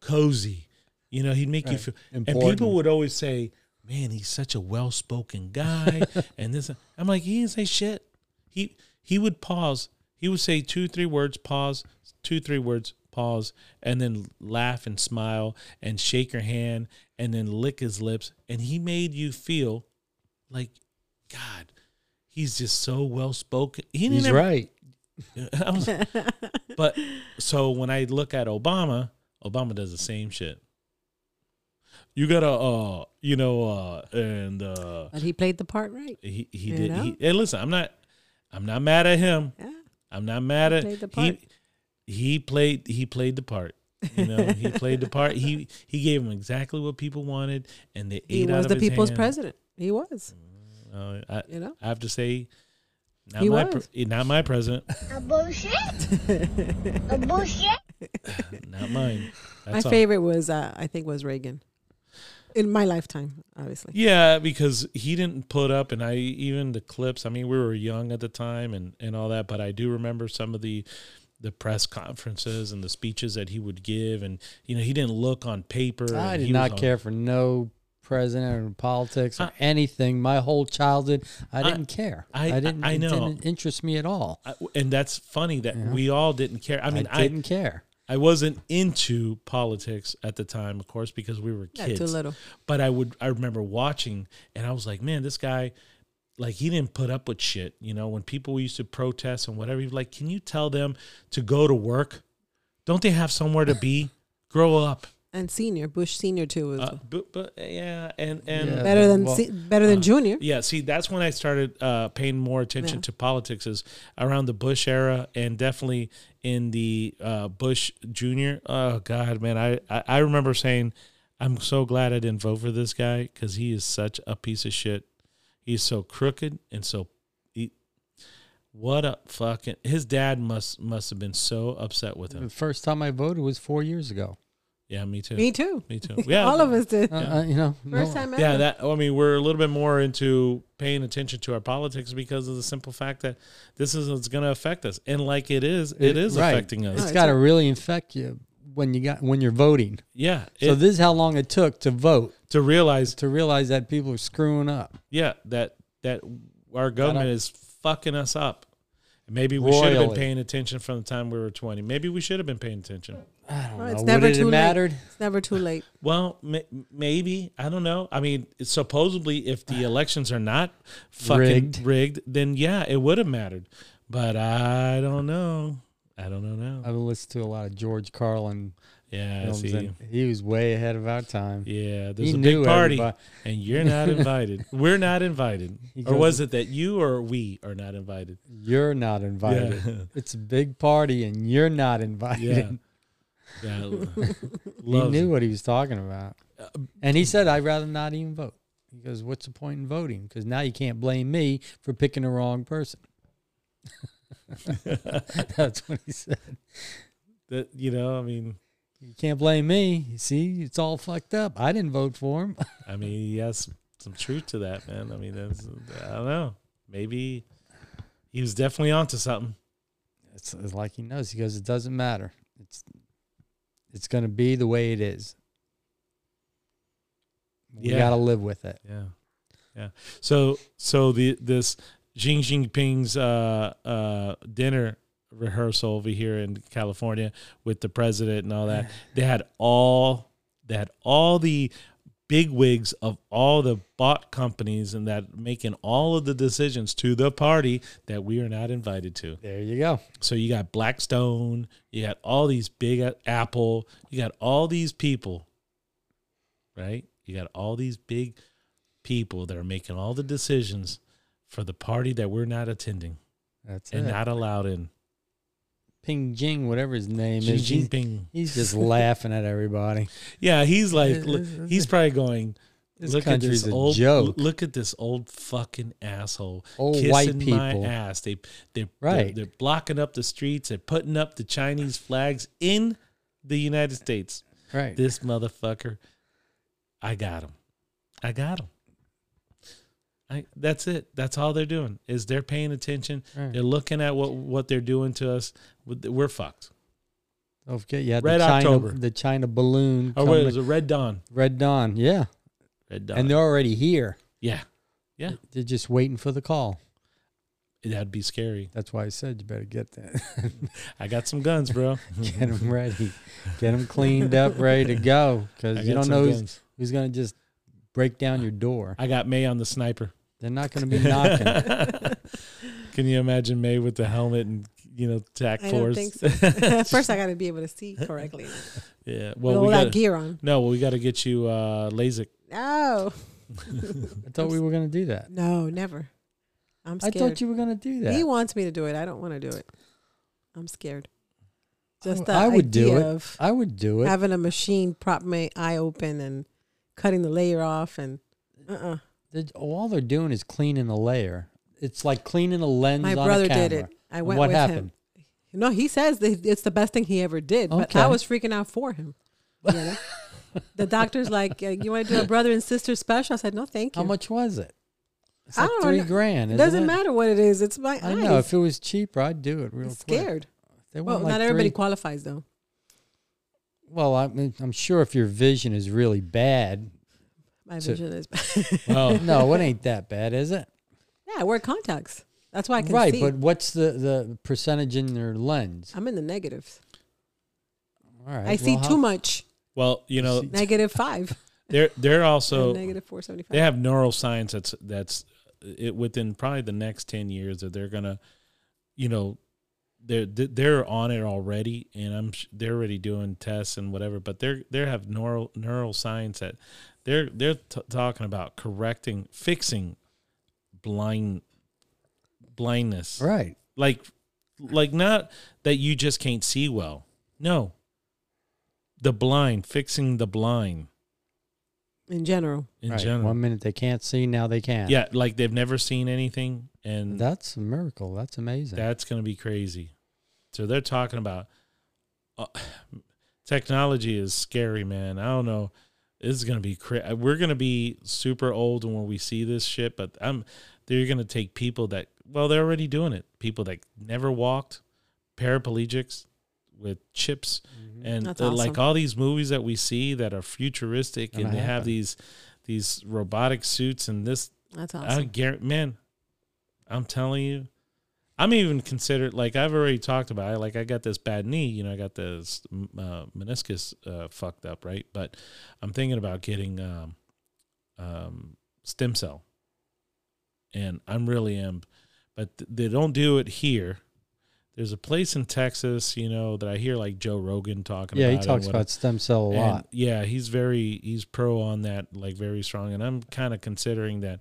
S2: cozy you know he'd make you feel and people
S4: Important.
S2: would always say man he's such a well-spoken
S4: [laughs]
S2: guy and this i'm like he didn't say shit he he would pause. He would say two, three words, pause, two, three words, pause, and then laugh and smile and shake your hand and then lick his lips. And he made you feel like, God, he's just so well spoken. He didn't
S4: He's
S2: ever-
S4: right.
S2: [laughs] I was- but so when I look at Obama, Obama does the same shit. You gotta, uh, you know, uh, and uh,
S3: But [laughs] he played the part right.
S2: he he
S3: You
S2: did.
S3: know?
S2: He, and listen, I'm not, I'm not mad at him.
S3: Yeah.
S2: I'm not mad at
S3: played the part.
S2: he. He played. He played the part. You know,
S3: [laughs]
S2: he played the part. He he gave him exactly what people wanted, and they
S3: He
S2: ate
S3: was
S2: out
S3: the
S2: of his
S3: people's
S2: hand.
S3: president. He was.
S2: Uh, I,
S3: You know?
S2: I have to say, not
S3: He
S2: my
S3: was.
S2: pre- not my president,
S7: A bullshit? A bullshit?
S2: not
S3: [laughs]
S2: mine. That's
S3: my
S2: all.
S3: favorite was uh, I think was Reagan. In my lifetime, obviously.
S2: Yeah, because he didn't put up, and I even the clips. I mean, we were young at the time, and and all that. But I do remember some of the the press conferences and the speeches that he would give, and you know, he didn't look on paper.
S4: I
S2: and
S4: did
S2: he was
S4: not
S2: on-
S4: care for no president or politics or
S2: I-
S4: anything. My whole childhood, I
S2: I-
S4: didn't care.
S2: I-
S4: I, didn't.
S2: I- I
S4: it
S2: know.
S4: didn't interest me at all.
S2: I- and that's funny that
S4: Yeah.
S2: we all didn't care. I
S4: I,
S2: mean, I,
S4: didn't care.
S2: I wasn't into politics at the time, of course, because we were
S3: Yeah,
S2: kids.
S3: too little.
S2: But I would I remember watching, and I was like, man, this guy. like he didn't put up with shit. You know, when people used to protest and whatever, he's like, can you tell them to go to work? Don't they have somewhere to be? Grow up.
S3: And senior Bush senior too was
S2: Uh, but, but yeah, and and
S4: Yeah.
S3: better than
S4: Uh, well, uh,
S3: se- better than junior.
S2: yeah, see, that's when I started uh, paying more attention
S3: Yeah.
S2: to politics is around the Bush era and definitely in the uh, Bush Jr. Oh God, man, I, I I remember saying, I'm so glad I didn't vote for this guy because he is such a piece of shit. He's so crooked and so he, what a fucking his dad must must have been so upset with
S4: The
S2: him.
S4: first time I voted was four years ago.
S2: Yeah, me too.
S3: Mm. Me too.
S2: Me too. Yeah,
S3: [laughs] All of us did.
S4: Uh, uh, you know,
S3: First
S4: no-
S3: time ever.
S2: yeah that i mean we're a little bit more into paying attention to our politics because of the simple fact that this is what's going to affect us and like it is it is
S4: right.
S2: affecting us
S4: It's
S3: it's
S4: got to
S3: a-
S4: really infect you when you got when you're voting.
S2: yeah
S4: so
S2: it-
S4: this is how long it took to vote
S2: to realize
S4: to realize that people are screwing up.
S2: yeah that that our government
S4: I-
S2: is fucking us up maybe we should have been
S4: Royally.
S2: paying attention from the time we were 20 maybe we should have been paying attention
S4: I don't
S3: Oh,
S4: know.
S3: it's
S4: Would
S3: never
S4: it
S3: too
S4: have
S3: late.
S4: mattered?
S3: It's never too
S4: [laughs]
S3: late. [laughs]
S2: well ma- maybe i don't know i mean supposedly if
S4: [sighs]
S2: the elections are not fucking rigged,
S4: Rigged.
S2: then yeah it would have mattered but i don't know i don't know now
S4: I've listened to a lot of George Carlin
S2: yeah
S4: films,
S2: see
S4: and he was way ahead of our time.
S2: Yeah, there's
S4: he
S2: a big
S4: knew
S2: party,
S4: everybody.
S2: and you're
S4: [laughs]
S2: not invited. We're not invited,
S4: He
S2: or
S4: goes-
S2: was it that you or we are not invited?
S4: You're not invited.
S2: Yeah. [laughs]
S4: It's a big party, and you're not [laughs] invited.
S2: Yeah, yeah.
S4: [laughs]
S2: l-
S4: He
S2: [laughs] love-
S4: knew what he was talking about.
S2: Uh,
S4: And he said, I'd rather not even vote. He goes, What's the point in voting? Because now you can't blame me for picking the wrong person. [laughs] That's what he said.
S2: [laughs] that. You know, I mean,
S4: You can't blame me. You see, it's all fucked up. I didn't vote for him.
S2: I mean, yes, some truth to that, man. I mean, that's, I don't know. Maybe he was definitely onto something.
S4: It's, it's like he knows. He goes, It doesn't matter. It's it's going to be the way it is. We
S2: Yeah.
S4: got to live with it.
S2: Yeah, yeah. So, so the this Xi Jinping's uh, uh, dinner rehearsal over here in California with the president and all that. They had all they had all the big wigs of all the bot companies and that making all of the decisions to the party that we are not invited to.
S4: There you go.
S2: So you got Blackstone, you got all these big a- Apple, you got all these people, right? You got all these big people that are making all the decisions for the party that we're not attending
S4: That's
S2: and
S4: it.
S2: not allowed in.
S4: Ping Jing, whatever his name
S2: Xi
S4: is. he's-
S2: Jinping.
S4: He's just [laughs] laughing at everybody.
S2: Yeah, he's like,
S4: It-
S2: look-
S4: it-
S2: he's probably going.
S4: This
S2: look at
S4: country's
S2: this
S4: a
S2: old
S4: joke.
S2: Look at this old fucking asshole
S4: Old
S2: kissing
S4: white
S2: my
S4: people."
S2: ass. They they
S4: Right.
S2: they're, they're blocking up the streets. They're putting up the Chinese flags in the United States.
S4: Right.
S2: This motherfucker, I got him. I got him. I, that's it. That's all they're doing is they're paying attention.
S4: Right.
S2: They're looking at what what they're doing to us. We're fucked.
S4: Don't forget, you had
S2: Red
S4: the China,
S2: October.
S4: the China balloon,
S2: Or what
S4: coming-
S2: is Oh, it? Red Dawn.
S4: Red Dawn. Yeah,
S2: Red Dawn.
S4: and they're already here.
S2: yeah, Yeah.
S4: They're just waiting for the call.
S2: that'd be scary.
S4: That's why I said you better get that, [laughs]
S2: I got some guns, bro.
S4: get them ready, get them cleaned up, ready to go,
S2: I
S4: because
S2: got
S4: you don't
S2: some
S4: know who's,
S2: guns.
S4: who's gonna just break down your door.
S2: I got May on the sniper.
S4: They're not gonna be
S2: [laughs]
S4: knocking. [laughs]
S2: Can you imagine May with the helmet and you know tac
S3: I
S2: force?
S3: don't think so. [laughs] First, I got to be able to see correctly.
S2: [laughs] yeah. Well,
S3: With all
S2: we
S3: that
S2: gotta-
S3: gear on.
S2: no. Well, we got to get you uh, LASIK.
S3: No,
S4: I thought we were gonna do that.
S3: no, never. I'm
S4: I
S3: scared.
S4: thought you were gonna do
S3: He
S4: that.
S3: wants me to do it. I don't want to do it. I'm scared. Just
S4: I-
S3: the
S4: I would do
S3: idea
S4: it.
S3: of
S4: I would do it.
S3: having a machine prop my eye open and cutting the layer off and uh-uh.
S4: They- All they're doing is cleaning the layer. It's like cleaning a lens.
S3: My
S4: on a
S3: brother did
S4: camera.
S3: it. I
S4: And
S3: went
S4: what
S3: with
S4: happened?
S3: him. No, he says that it's the best thing he ever did, but I
S4: Okay.
S3: was freaking out for him. you know?
S4: [laughs]
S3: the doctor's like, uh, "You want to do a brother and sister special?" I said, "No, thank you."
S4: How much was it? It's
S3: I
S4: like
S3: don't
S4: three
S3: know.
S4: grand.
S3: It
S4: isn't
S3: doesn't matter what it is. It's my
S4: I
S3: eyes.
S4: know. If it was cheaper, I'd do it real
S3: I'm
S4: quick.
S3: scared.
S4: They
S3: Well,
S4: want like
S3: not everybody
S4: three-
S3: qualifies though.
S4: Well, I mean, I'm sure if your vision is
S3: [laughs]
S4: really bad,
S3: My
S4: So- [laughs]
S3: vision is [laughs]
S2: Well,
S4: no, it ain't that bad, is it?
S3: yeah, I wear contacts. That's why I can
S4: right,
S3: see.
S4: but what's the the percentage in your lens?
S3: I'm in the negatives.
S4: All right,
S3: I see
S4: well,
S3: too
S4: how-
S3: much.
S2: well, you know,
S4: See- [laughs]
S3: Negative five.
S2: they're they're
S3: So
S2: also
S3: negative four seventy
S2: they
S3: five.
S2: have neuroscience that's that's it within probably the next 10 years that they're going to you know they're th- they're on it already and i'm sh- they're already doing tests and whatever but they're they have neural neural science that they're they're t- talking about correcting fixing blind blindness
S4: Right.
S2: like like not that you just can't see well no the blind fixing the blind
S3: in general.
S2: in
S4: right.
S2: general
S4: One minute they can't see, now they can.
S2: yeah like they've never seen anything and
S4: That's a miracle. That's amazing.
S2: That's going to be crazy. So they're talking about uh, technology is scary, man. I don't know. This is going to be cra- uh, we're going to be super old when we see this shit, but I'm they're going to take people that well, they're already doing it. People that never walked, paraplegics with chips and
S3: That's
S2: uh, like
S3: awesome.
S2: all these movies that we see that are futuristic and,
S4: Gonna
S2: they have
S4: happen.
S2: these these robotic suits and this
S3: That's
S2: I
S3: awesome.
S2: guarantee, man. I'm telling you, I'm even considered like I've already talked about. It. Like I got this bad knee, you know, I got this m- uh, meniscus uh, fucked up, right? But I'm thinking about getting um, um, stem cell, and I'm really am, but th- they don't do it here. There's a place in Texas, you know, that I hear like Joe Rogan talking
S4: yeah,
S2: about.
S4: he
S2: it,
S4: talks
S2: whatever.
S4: about stem cell a
S2: And,
S4: lot.
S2: yeah, he's very he's pro on that, like very strong. And I'm kind of considering that,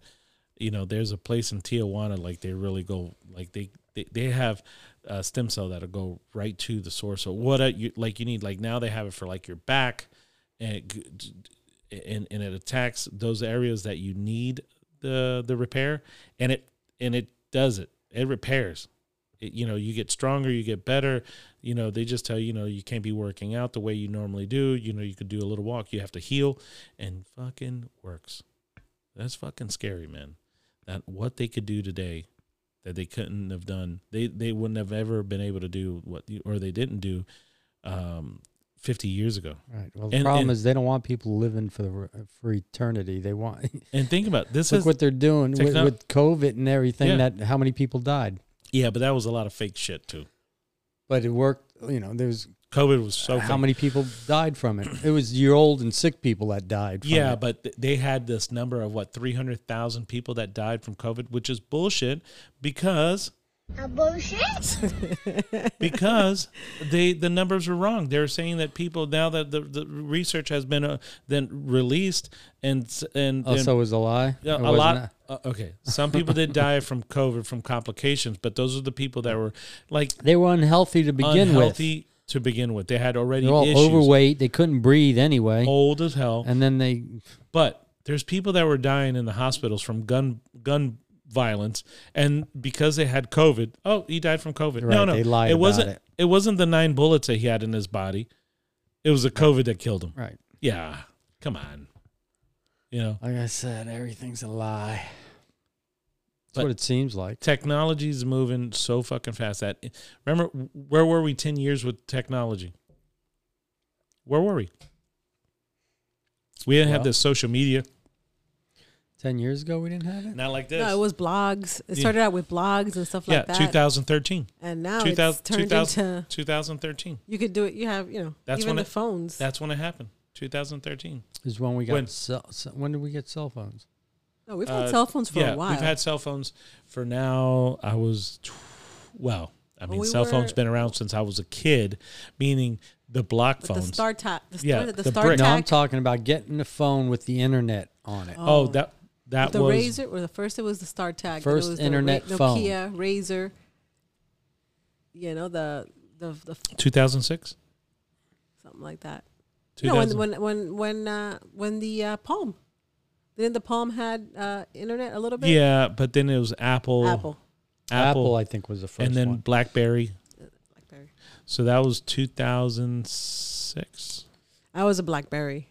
S2: you know, there's a place in Tijuana like they really go like they they, they have a stem cell that'll go right to the source of what uh you like you need. Like now they have it for like your back, and it, g- d- and and it attacks those areas that you need the the repair, and it and it does it. It repairs it- you know you get stronger you get better you know they just tell you you know you can't be working out the way you normally do you know you could do a little walk you have to heal and fucking works that's fucking scary man that what they could do today that they couldn't have done they they wouldn't have ever been able to do what you- or they didn't do um 50 years ago
S4: Right. Well, the
S2: And-
S4: problem
S2: and-
S4: is they don't want people living for the re- for eternity. They want [laughs]
S2: and think about this
S4: look
S2: is
S4: what they're doing with,
S2: techno-
S4: with COVID and everything.
S2: Yeah.
S4: That how many people died,
S2: yeah but that was a lot of fake shit too
S4: but it worked. You know, there was
S2: covid was so
S4: how
S2: fake.
S4: many people died from it. It was your old and sick people that died. From
S2: Yeah,
S4: it.
S2: but th- they had this number of what 300,000 people that died from COVID, which is bullshit because
S7: A bullshit?
S4: [laughs]
S2: because they the numbers were wrong. They're saying that people now that the, the research has been uh, then released and s- and, and
S4: also was a lie.
S2: yeah,
S4: Oh, It
S2: a
S4: wasn't
S2: lot. uh, okay, some people did die from COVID from complications, but those are the people that were like
S4: they were unhealthy to begin with.
S2: unhealthy to begin with. They had already
S4: They're all
S2: issues, Oh.
S4: overweight. They couldn't breathe anyway.
S2: old as hell,
S4: And then they
S2: But there's people that were dying in the hospitals from gun gun violence, and because they had COVID, oh, he died from COVID. no,
S4: Right,
S2: no,
S4: they lied
S2: it
S4: about
S2: wasn't.
S4: it.
S2: wasn't the nine bullets that he had in his body. It was the COVID that killed him.
S4: right.
S2: Yeah, come on. You know,
S4: Like I said, everything's a lie. That's
S2: But-
S4: what it seems like.
S2: technology's moving so fucking fast that remember where were we ten years with technology? Where were we? We didn't have
S4: Well-
S2: this social media,
S4: Ten years ago, we didn't have it.
S2: not like this.
S3: No, it was blogs. It
S2: Yeah.
S3: started out with blogs and stuff
S2: yeah,
S3: like that.
S2: 2013.
S3: and now
S2: 2000
S3: Oh, it's turned
S2: 2000
S3: into
S2: 2013.
S3: you could do it. You have you know
S2: That's when
S3: even the
S2: it-
S3: phones.
S2: That's when it happened. 2013.
S4: Is when we got
S2: When?
S4: cell, ce- when did we get cell phones?
S3: no, we've had
S2: uh,
S3: cell phones for
S2: yeah,
S3: a while.
S2: we've had cell phones for now. I was, tw- well, I
S3: Well,
S2: mean,
S3: we
S2: cell phones
S3: were-
S2: been around since I was a kid, meaning the block
S3: but the
S2: phones.
S3: star tap. The star,
S2: Yeah,
S3: the,
S2: the
S3: star
S2: brick.
S4: No, I'm
S3: tac-
S4: talking about getting a phone with the internet on it.
S2: oh, that that
S3: the
S2: was
S3: razor or the first it was the star tag
S4: First
S3: it was
S4: internet
S3: the Ra-
S4: phone.
S3: nokia razor you know the the, the f-
S2: 2006.
S3: something like that no
S2: 2000.
S3: when when when when uh, when the uh, palm didn't the palm had uh, internet a little bit
S2: yeah, but then it was Apple,
S3: apple
S4: Apple,
S2: Apple,
S4: I think, was the first
S2: and then
S4: one.
S2: BlackBerry.
S3: blackberry
S2: So that was 2006.
S3: i was a blackberry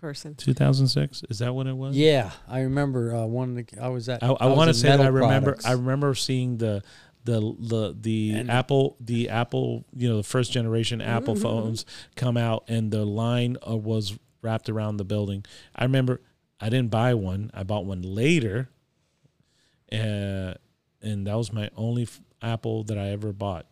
S3: person
S2: 2006 is that what it was?
S4: Yeah, I remember uh, one. Of the, I was at.
S2: I, I want to
S4: was
S2: say
S4: at
S2: that I
S4: Metal
S2: remember.
S4: Products.
S2: I remember seeing the the the the
S4: And- Mm-hmm.
S2: Apple the Apple you know the first generation Apple phones come out and the line uh, was wrapped around the building. I remember I didn't buy one. I bought one later, uh, and that was my only f- Apple that I ever bought.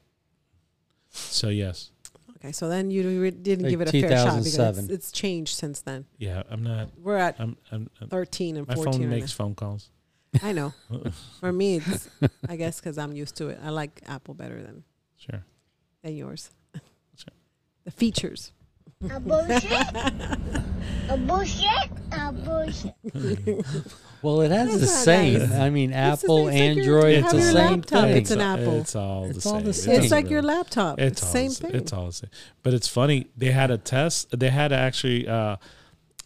S2: So yes,
S3: okay so then you re- didn't
S4: Like
S3: give it a fair shot because
S4: 2007.
S3: it's, it's changed since then
S2: yeah, I'm not.
S3: we're at
S2: I'm. I'm, I'm
S3: 13 and
S2: my
S3: 14
S2: phone
S3: right
S2: makes phone calls.
S3: now. I know.
S2: [laughs]
S3: For me, it's I guess because I'm used to it. I like Apple better than
S2: Sure.
S3: [laughs]
S2: [laughs]
S3: than yours.
S2: Sure.
S3: The features.
S7: A bullshit. A bullshit. A bullshit.
S4: Well, it has
S3: That's
S4: the
S3: not
S4: same.
S3: nice.
S4: I mean, Apple,
S3: it's like your-
S4: Android,
S3: you
S4: it's
S3: have
S4: the
S3: your
S4: same
S3: laptop.
S4: thing.
S3: It's an Apple.
S2: It's all
S4: It's
S2: the
S4: all
S2: same.
S4: the
S2: It
S4: same.
S3: It's
S2: doesn't
S3: like your
S2: really-
S3: laptop. It's,
S2: It's
S3: the
S2: all
S3: same
S2: the sa-
S3: thing.
S2: It's all the same. But it's funny. They had a test. They had to actually uh,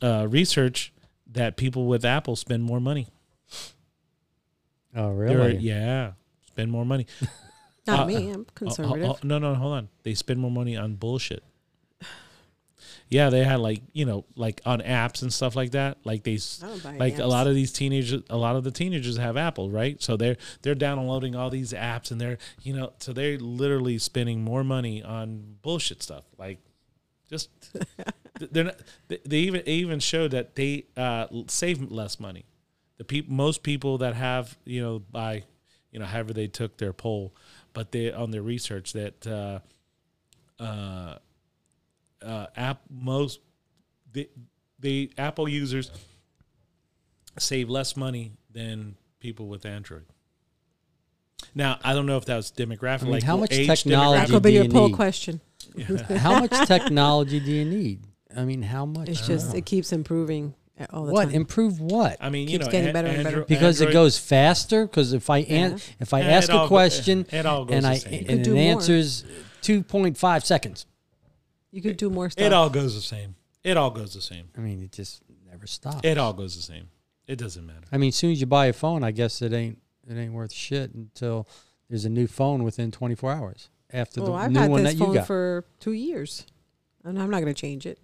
S2: uh, research that people with Apple spend more money.
S4: oh,
S2: They were-
S4: really?
S2: yeah, spend more money.
S3: Not
S2: uh,
S3: me. I'm
S2: Oh, oh,
S3: conservative.
S2: oh, no, no, hold on. They spend more money on bullshit. Yeah, they had like you know like on apps and stuff like that. Like they s-
S3: I don't buy
S2: like a
S3: apps.
S2: lot of these teenagers, a lot of the teenagers have Apple, right? So they're they're downloading all these apps and they're you know so they're literally spending more money on bullshit stuff. Like
S3: [laughs]
S2: just they're not. They, they even they even showed that they uh, l- save less money. The people, most people that have you know by you know however they took their poll, but they on their research that uh, uh, uh, app most the the Apple users save less money than people with Android. Now I don't know if that was demographic.
S4: I mean,
S2: like
S4: how
S2: what
S4: much
S2: age
S4: technology-
S3: that
S2: demographic-
S3: could be
S4: do
S3: your
S4: you
S3: poll
S4: need?
S3: question.
S4: how much technology do you need? I mean, how much?
S3: It's just it keeps improving a- all the
S4: what
S3: time.
S4: improve what?
S2: I mean, you
S3: Keeps
S2: know,
S3: getting
S2: An-
S3: better and better.
S2: Andro-
S4: Because it
S2: Android-
S4: goes faster. Because if I an, if I
S2: Yeah,
S4: ask
S2: it all
S4: a
S2: go-
S4: question
S2: [laughs] it all goes
S4: and
S2: the
S4: I
S2: same. You
S4: and
S2: could
S4: it
S3: do more.
S4: answers two point five seconds,
S3: you could do more stuff.
S2: It all goes the same. It all goes the same.
S4: I mean, it just never stops.
S2: It all goes the same. It doesn't matter.
S4: I mean, as soon as you buy a phone, I guess it ain't it ain't worth shit until there's a new phone within 24 hours after
S3: well,
S4: the
S3: I've
S4: new
S3: had
S4: one
S3: Oh, this
S4: that you
S3: phone
S4: got.
S3: for two years, and I'm not going to change it.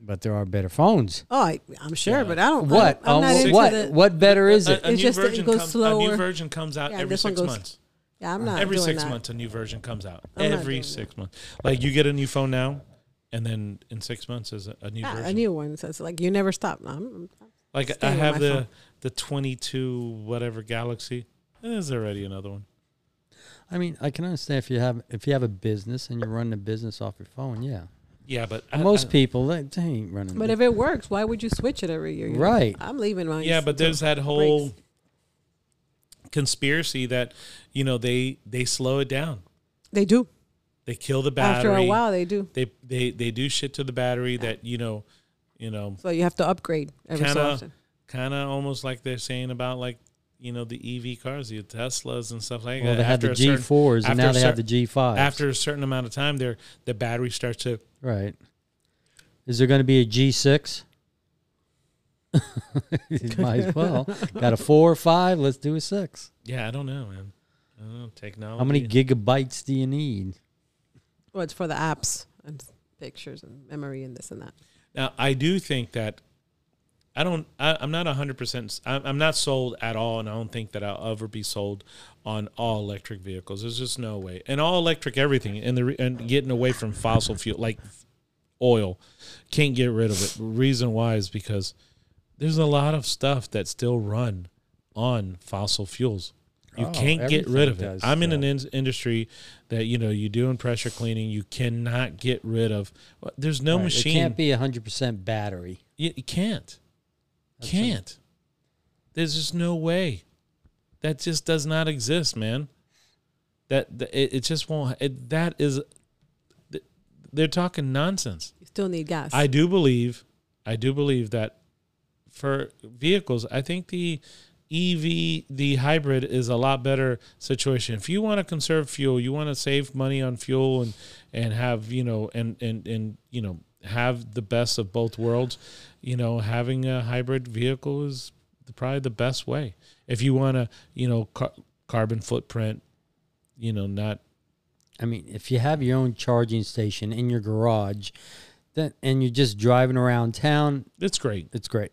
S4: but there are better phones.
S3: Oh, I, I'm sure,
S2: Yeah.
S3: but I don't.
S4: What?
S3: I don't- I'm,
S4: Um,
S3: not into
S4: what?
S3: the-
S4: what better is it?
S2: A, a
S3: It's
S2: new
S3: just that it
S2: version
S3: goes
S2: comes, A
S3: slower.
S2: new version comes out
S3: Yeah,
S2: every
S3: this one
S2: six
S3: goes-
S2: months.
S3: Yeah, I'm not
S2: every
S3: doing
S2: six
S3: that.
S2: months, a new version comes out.
S3: I'm not
S2: every
S3: doing
S2: six months, like you get a new phone now, and then in six months is a, a new
S3: Yeah,
S2: version.
S3: a new one. So it's like you never stop. No, I'm,
S2: like
S3: Stay
S2: I
S3: with
S2: have
S3: my
S2: the
S3: phone.
S2: the twenty two whatever Galaxy. There's already another one.
S4: I mean, I can understand if you have if you have a business and you're running a business off your phone, yeah.
S2: Yeah, but I-
S4: Most
S2: I-
S4: people they, they ain't running.
S3: but if it works, why would you switch it every year? You know,
S4: Right.
S3: I'm leaving mine.
S2: Yeah, but
S3: till
S2: there's that
S3: it
S2: whole
S3: breaks.
S2: conspiracy that you know they they slow it down.
S3: They do.
S2: They kill the battery.
S3: After a while, they do.
S2: they they they do shit to the battery that you know, you know,
S3: So you have to upgrade every
S2: kind
S3: so
S2: of
S3: often.
S2: kind of almost like they're saying about like you know the EV cars, the Teslas and stuff like
S4: well,
S2: that.
S4: they had the
S2: a certain-
S4: G4s and
S2: after
S4: now
S2: a
S4: they
S2: cer-
S4: have the G5s.
S2: After a certain amount of time, their the battery starts to.
S4: right. Is there going to be a [laughs] G6? Might as well. Got a four or five. Let's do a six.
S2: Yeah, I don't know, man. I don't know technology.
S4: How many gigabytes do you need?
S3: Well, it's for the apps and pictures and memory and this and that.
S2: Now, I do think that I don't. I, I'm not 100. percent I'm not sold at all, and I don't think that I'll ever be sold on all electric vehicles. There's just no way, and all electric everything, and the re- and getting away from fossil fuel like oil. Can't get rid of it. Reason why is because there's a lot of stuff that still run on fossil fuels. You
S4: Oh,
S2: can't get
S4: everything
S2: rid of it.
S4: does
S2: I'm in
S4: still.
S2: an in- industry that you know you doing pressure cleaning. You cannot get rid of. There's no
S4: Right,
S2: machine.
S4: It can't be 100% battery.
S2: You, you can't. can't. There's just no way. That just does not exist, man. That, that- it, it just won't. It, that is. th- They're talking nonsense.
S3: You still need gas.
S2: I do believe. I do believe that for vehicles, I think the EV, the hybrid is a lot better situation. If you want to conserve fuel, you want to save money on fuel and and have, you know, and and and you know, have the best of both worlds, you know, having a hybrid vehicle is probably the best way. If you want to, you know, car- carbon footprint, you know, not
S4: I mean, if you have your own charging station in your garage then, and you're just driving around town,
S2: it's great.
S4: it's great.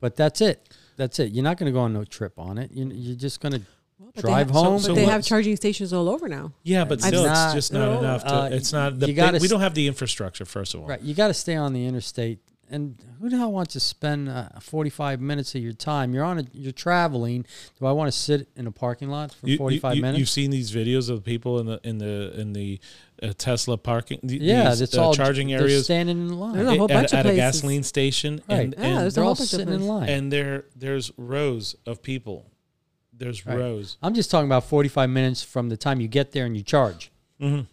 S4: But that's it. That's it. You're not going to go on no trip on it. You, you're just going to
S3: Well, but they
S4: drive
S3: have-
S4: home.
S3: But
S2: So
S3: they
S2: what-
S3: have charging stations all over now. [laughs]
S2: Yeah, but
S4: I've
S2: still,
S4: not-
S2: it's just not
S4: no,
S2: enough. To,
S4: uh,
S2: it's not the
S4: you gotta
S2: big- we
S4: s-
S2: don't have the infrastructure. First of all,
S4: Right. You got to stay on the interstate. And who the hell wants to spend uh, 45 minutes of your time? You're on a, you're traveling. Do I want to sit in a parking lot for
S2: You- you-
S4: 45
S2: you,
S4: minutes?
S2: You've seen these videos of people in the in the in the uh, Tesla parking. th-
S4: yeah,
S2: these,
S4: it's
S2: uh,
S4: all
S2: charging
S4: they're
S2: areas
S4: standing in line.
S3: There's a whole
S2: at,
S3: bunch
S2: at
S3: of
S2: a
S3: places.
S2: gasoline station,
S4: Right. Ah,
S2: and
S3: Yeah,
S2: and,
S3: there's a
S4: They're
S3: whole
S4: all
S3: bunch of
S4: sitting in
S3: places.
S4: line.
S2: and there there's rows of people There's
S4: Right.
S2: rows.
S4: I'm just talking about 45 minutes from the time you get there and you charge.
S2: Mhm.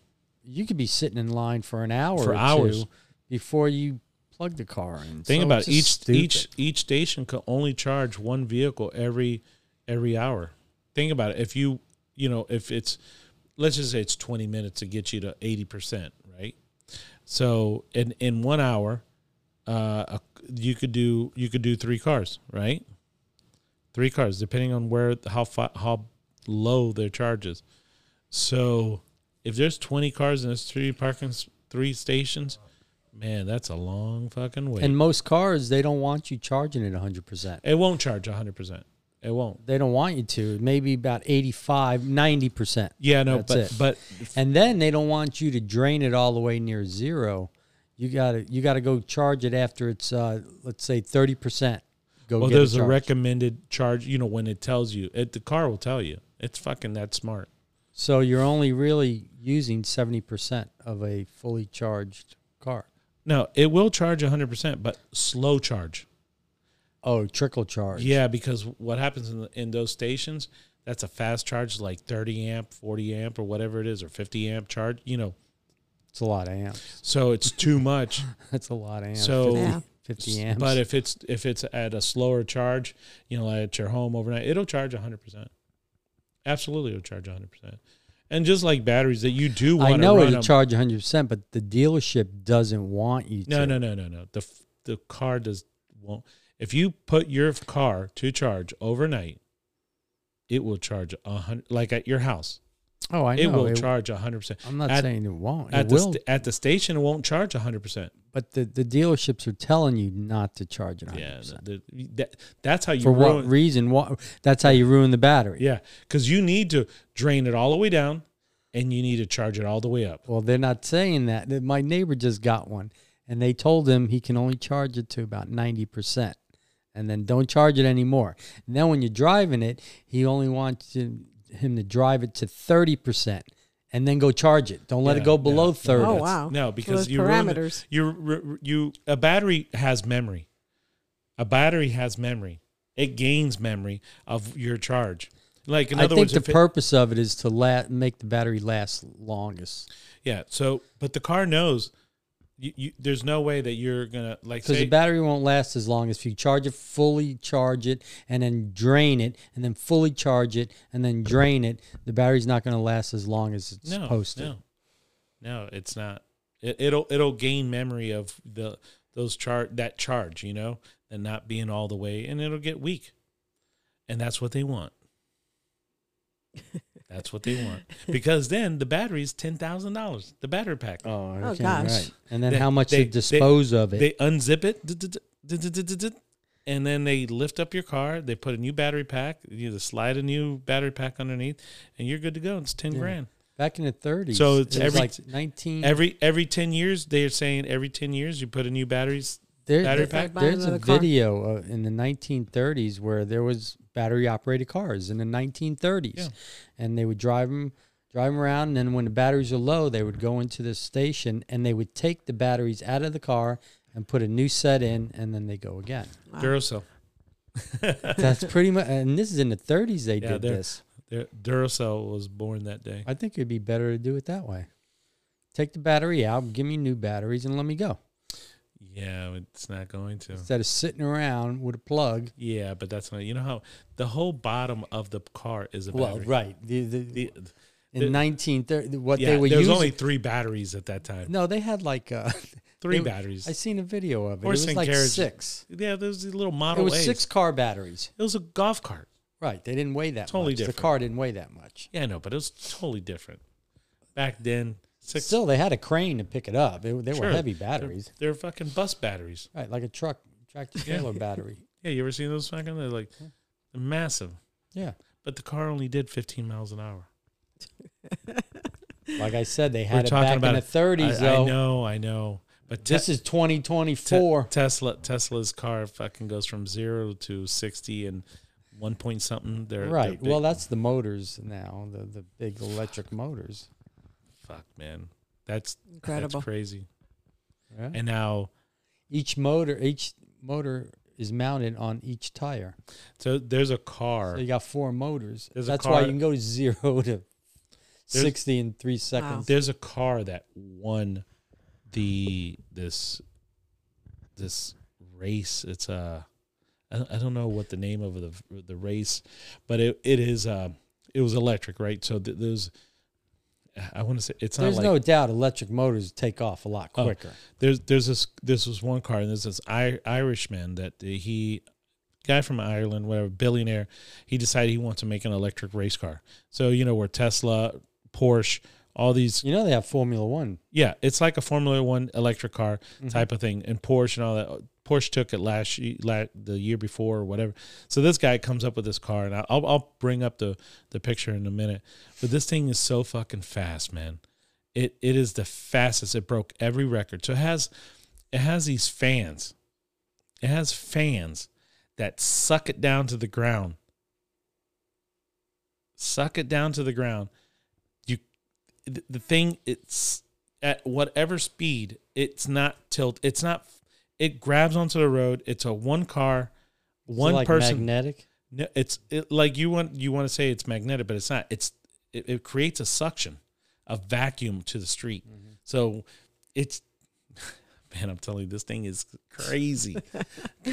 S4: You could be sitting in line for an hour
S2: For
S4: or
S2: hours.
S4: two before you plug the car in.
S2: Think
S4: So
S2: about
S4: it's
S2: it. each
S4: just
S2: each
S4: stupid.
S2: each station could only charge one vehicle every every hour. Think about it. If you you know if it's let's just say it's twenty minutes to get you to eighty percent, right? So in in one hour, uh, a- you could do you could do three cars, right? Three cars, depending on where how fa- how low their charge is. So if there's twenty cars and there's three parking s- three stations, man, that's a long fucking wait.
S4: And most cars, they don't want you charging it 100%.
S2: It won't charge 100%. It won't.
S4: They don't want you to. Maybe about 85, 90%.
S2: Yeah, no,
S4: That's
S2: but
S4: it.
S2: but
S4: And then they don't want you to drain it all the way near zero. You gotta you gotta go charge it after it's uh, let's say thirty percent. Go
S2: well,
S4: get
S2: there's a
S4: charged.
S2: recommended charge, you know, when it tells you. It, the car will tell you. It's fucking that smart.
S4: So you're only really using seventy percent of a fully charged car.
S2: No, it will charge 100%, but slow charge.
S4: Oh, trickle charge.
S2: Yeah, because what happens in, the, in those stations, that's a fast charge like 30 amp, 40 amp or whatever it is or 50 amp charge, you know.
S4: it's a lot of amps.
S2: So it's too much.
S4: [laughs] That's a lot of amps.
S2: So-
S4: 50,
S3: Yeah.
S4: 50 amps.
S2: But if it's if it's at a slower charge, you know, like at your home overnight, it'll charge hundred percent. Absolutely, it'll charge hundred percent. And just like batteries that you do want
S4: I know
S2: to
S4: it'll
S2: run 'em-
S4: charge hundred percent, but the dealership doesn't want you
S2: No,
S4: to.
S2: no, no, no, no. The f- the car does won't. If you put your car to charge overnight, it will charge a hundred. Like at your house,
S4: Oh, I know.
S2: it will charge a hundred percent.
S4: I'm not
S2: at,
S4: saying it won't.
S2: at
S4: It
S2: the
S4: will.
S2: st- at the station, it won't charge a hundred percent.
S4: but the, the dealerships are telling you not to charge it 100%.
S2: Yeah, the- the- that, that's how you
S4: For
S2: ruin,
S4: what reason? What? That's how you ruin the battery.
S2: Yeah, because you need to drain it all the way down, and you need to charge it all the way up.
S4: Well, they're not saying that. Th- My neighbor just got one, and they told him he can only charge it to about ninety percent, and then don't charge it anymore. And then when you're driving it, he only wants to, him to drive it to thirty percent, and then go charge it. Don't let
S2: Yeah,
S4: it go below
S2: yeah.
S4: thirty.
S3: Oh, wow.
S2: No, because
S3: Those
S2: you ruin it.
S3: parameters.
S2: You ru- you a battery has memory. A battery has memory. It gains memory of your charge. Like in
S4: I
S2: other
S4: think
S2: words,
S4: the
S2: if it-
S4: purpose of it is to la- make the battery last longest
S2: yeah. So, but the car knows. You, you, there's no way that you're gonna like
S4: because
S2: say,
S4: the battery won't last as long as if you charge it fully charge it and then drain it and then fully charge it and then drain it the battery's not going to last as long as it's
S2: no,
S4: supposed to
S2: no, no, it's not. It, it'll it'll gain memory of the those char that charge, you know, and not being all the way, and it'll get weak, and that's what they
S4: [laughs]
S2: want. That's what they want because then the battery is ten thousand dollars. The battery pack.
S4: Oh,
S3: okay, gosh. right.
S4: And then
S2: They-
S4: how much
S2: they-
S4: they, dispose of it.
S2: They unzip it, d- d- d- d- d- d- d- d- and then they lift up your car. They put a new battery pack. You just slide a new battery pack underneath, and you're good to go. It's ten
S4: Yeah.
S2: grand.
S4: Back in the 30s.
S2: So it's
S4: it was
S2: every-
S4: like 19.
S2: Every every ten years, they're saying every ten years you put a new batteries.
S4: there-
S2: battery
S4: there-
S2: pack?
S3: Buying
S4: There's a
S3: another car.
S4: video uh, in the 1930s where there was battery operated cars in the 1930s,
S2: Yeah.
S4: and they would drive them. Drive 'em around, and then when the batteries are low, they would go into this station and they would take the batteries out of the car and put a new set in, and then they
S2: [laughs]
S4: go again.
S3: Wow.
S2: Duracell,
S4: That's pretty much, and this is in the 30s they
S2: Yeah,
S4: did
S2: they're-
S4: this.
S2: Their- Duracell was born that day.
S4: I think it'd be better to do it that way. Take the battery out, give me new batteries, and let me go.
S2: Yeah, it's not going to.
S4: Instead of sitting around with a plug.
S2: Yeah, but that's not. You know how the whole bottom of the car is a
S4: Well,
S2: battery.
S4: right. The, the,
S2: The- the-
S4: in 1930, what
S2: yeah,
S4: they were
S2: there was
S4: using.
S2: only three batteries at that time.
S4: no, they had like uh
S2: [laughs] three
S4: they-
S2: batteries.
S4: I seen a video of it. It
S2: Horse
S4: was
S2: and
S4: like
S2: carriage.
S4: six.
S2: yeah, there's these little
S4: It
S2: Model
S4: was
S2: A's.
S4: six car batteries.
S2: It was a golf cart.
S4: Right. They didn't weigh that
S2: Totally
S4: much.
S2: different.
S4: The car didn't weigh that much.
S2: Yeah, I know, but it was totally different. Back then, six
S4: Still, they had a crane to pick it up. They, they
S2: Sure.
S4: were heavy
S2: They're-
S4: batteries.
S2: They're, fucking bus batteries.
S4: Right. Like a truck,
S2: [laughs]
S4: tractor trailer battery.
S2: Yeah, you ever seen those fucking? They're like they're massive.
S4: Yeah.
S2: But the car only did 15 miles an hour.
S4: Like I said, they
S2: We're
S4: had it
S2: talking
S4: back
S2: about
S4: in the 30s,
S2: I, I
S4: though.
S2: know, I know. But te-
S4: This is
S2: te-
S4: 2024.
S2: Tesla Tesla's car fucking goes from zero to 60 and one point something. They're they're
S4: right.
S2: big.
S4: Well, that's the motors now, the, the big electric motors.
S2: fuck, man. That's
S3: Incredible.
S2: That's crazy.
S4: Yeah.
S2: And now,
S4: Each motor, each motor is mounted on each tire.
S2: So there's a car.
S4: So you got four motors.
S2: There's a
S4: That's
S2: car-
S4: why you can go zero [laughs] to sixty in three seconds.
S2: there's a car that won the this this race. It's a I don't, I don't know what the name of the the race, but it it is uh it was electric, right? So th- those I want to say it's
S4: There's
S2: not like
S4: no doubt electric motors take off a lot
S2: Oh.
S4: quicker.
S2: there's there's this this was one car and there's this I, Irishman that he guy from Ireland whatever billionaire he decided he wants to make an electric race car so you know where Tesla Porsche all these
S4: You know they have Formula One.
S2: yeah it's like a Formula One electric car type of thing and Porsche and all that Porsche took it last ye- la- the year before or whatever so this guy comes up with this car and I'll I'll bring up the the picture in a minute but this thing is so fucking fast man it it is the fastest. It broke every record. So it has it has these fans. It has fans that suck it down to the ground. Suck it down to the ground. You the, the thing it's at whatever speed, it's not tilt. It's not it grabs onto the road. It's a one car
S4: Is it
S2: one
S4: like
S2: person
S4: magnetic.
S2: no, it's it, like you want you want to say it's magnetic, but it's not. It's it, it creates a suction, a vacuum to the street.
S4: Mm-hmm.
S2: So it's [laughs] man, I'm telling you, this thing is
S4: [laughs]
S2: crazy,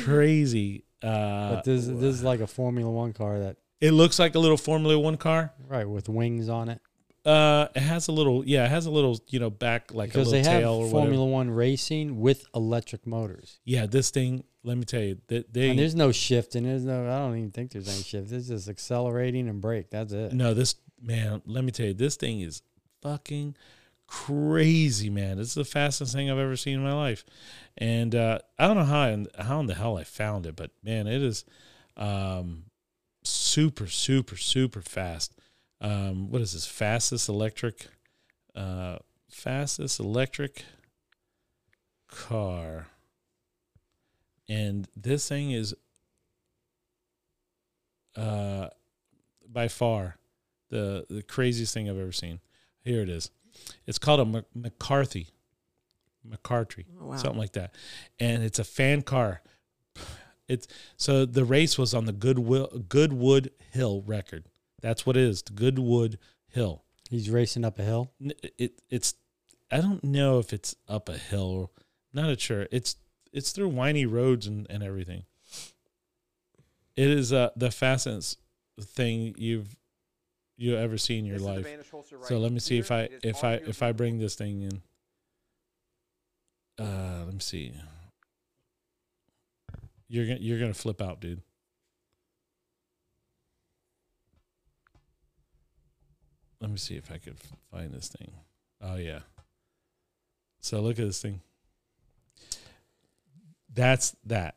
S2: crazy. Uh,
S4: But this this is like a Formula One car that
S2: it looks like a little Formula One car.
S4: right with wings on it
S2: Uh, it has a little, yeah, it has a little, you know, back like
S4: because
S2: a
S4: they
S2: little
S4: have
S2: tail or
S4: Formula
S2: whatever.
S4: One racing with electric motors.
S2: Yeah, this thing. Let me tell you, that they
S4: And there's no shift, and there's no. I don't even think there's any shift. It's just accelerating and brake. That's it.
S2: No, this man, let me tell you, this thing is fucking crazy, man. This is the fastest thing I've ever seen in my life, and uh, I don't know how and how in the hell I found it, but man, it is um, super, super, super fast. Um, what is this fastest electric? Uh, fastest electric car, and this thing is. Uh, by far the the craziest thing I've ever seen. Here it is. It's called a Mc- McCarthy, McCarthy,
S3: [laughs] Oh, wow.
S2: something like that, and it's a fan car. [sighs] It's so the race was on the Goodwill Goodwood Hill record. That's what it is, the Goodwood Hill.
S4: He's racing up a hill.
S2: N- It it's I don't know if it's up a hill. or Not sure. It's it's through windy roads and, and everything. It is uh, the fastest thing you've you ever seen in your life. So let me see if I if I if I bring this thing in. Uh, let me see. You're gonna you're gonna flip out, dude. Let me see if I could f- find this thing. Oh yeah. So look at this thing. That's that.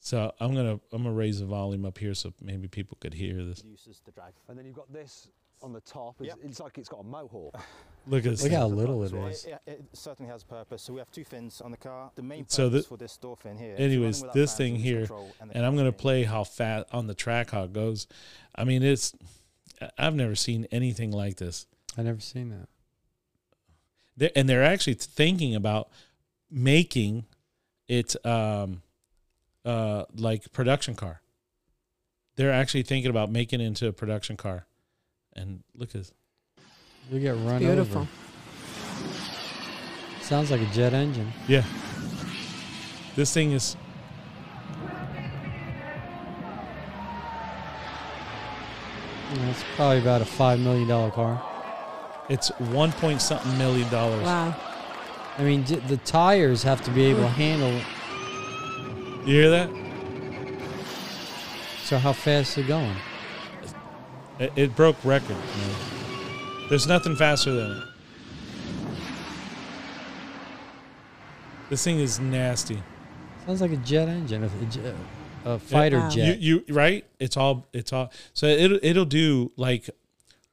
S2: So I'm gonna I'm gonna raise the volume up here so maybe people could hear this.
S8: reduces the drag. And then you've got this on the top. It's, it's like it's got a mohawk.
S2: Look at this.
S4: Look
S2: thing.
S4: how little it
S9: So
S4: is.
S9: It, it, it certainly has purpose. So we have two fins on the car. The main purpose
S2: So the-
S9: for this door fin here. is
S2: anyways,
S9: running without
S2: this
S9: fans,
S2: thing
S9: lose
S2: here,
S9: control, the
S2: and I'm
S9: car
S2: gonna
S9: spinning.
S2: play how fat on the track how it goes. I mean, it's I- I've never seen anything like this.
S4: I never seen that.
S2: They're, and they're actually thinking about making it um uh like production car. They're actually thinking about making it into a production car. And look at this.
S4: You get run
S3: Beautiful.
S4: over. Sounds like a jet engine.
S2: Yeah. This thing is
S4: That's probably about a five million dollar car.
S2: it's one point something million dollars.
S3: Wow.
S4: I mean, j- the tires have to be able to handle.
S2: You hear that?
S4: So how fast is it going?
S2: It, it broke record. man. There's nothing faster than it. This thing is nasty.
S4: Sounds like a jet engine, a, a j- a fighter
S3: Wow.
S4: jet.
S2: You you right? It's all it's all. So it will it'll do like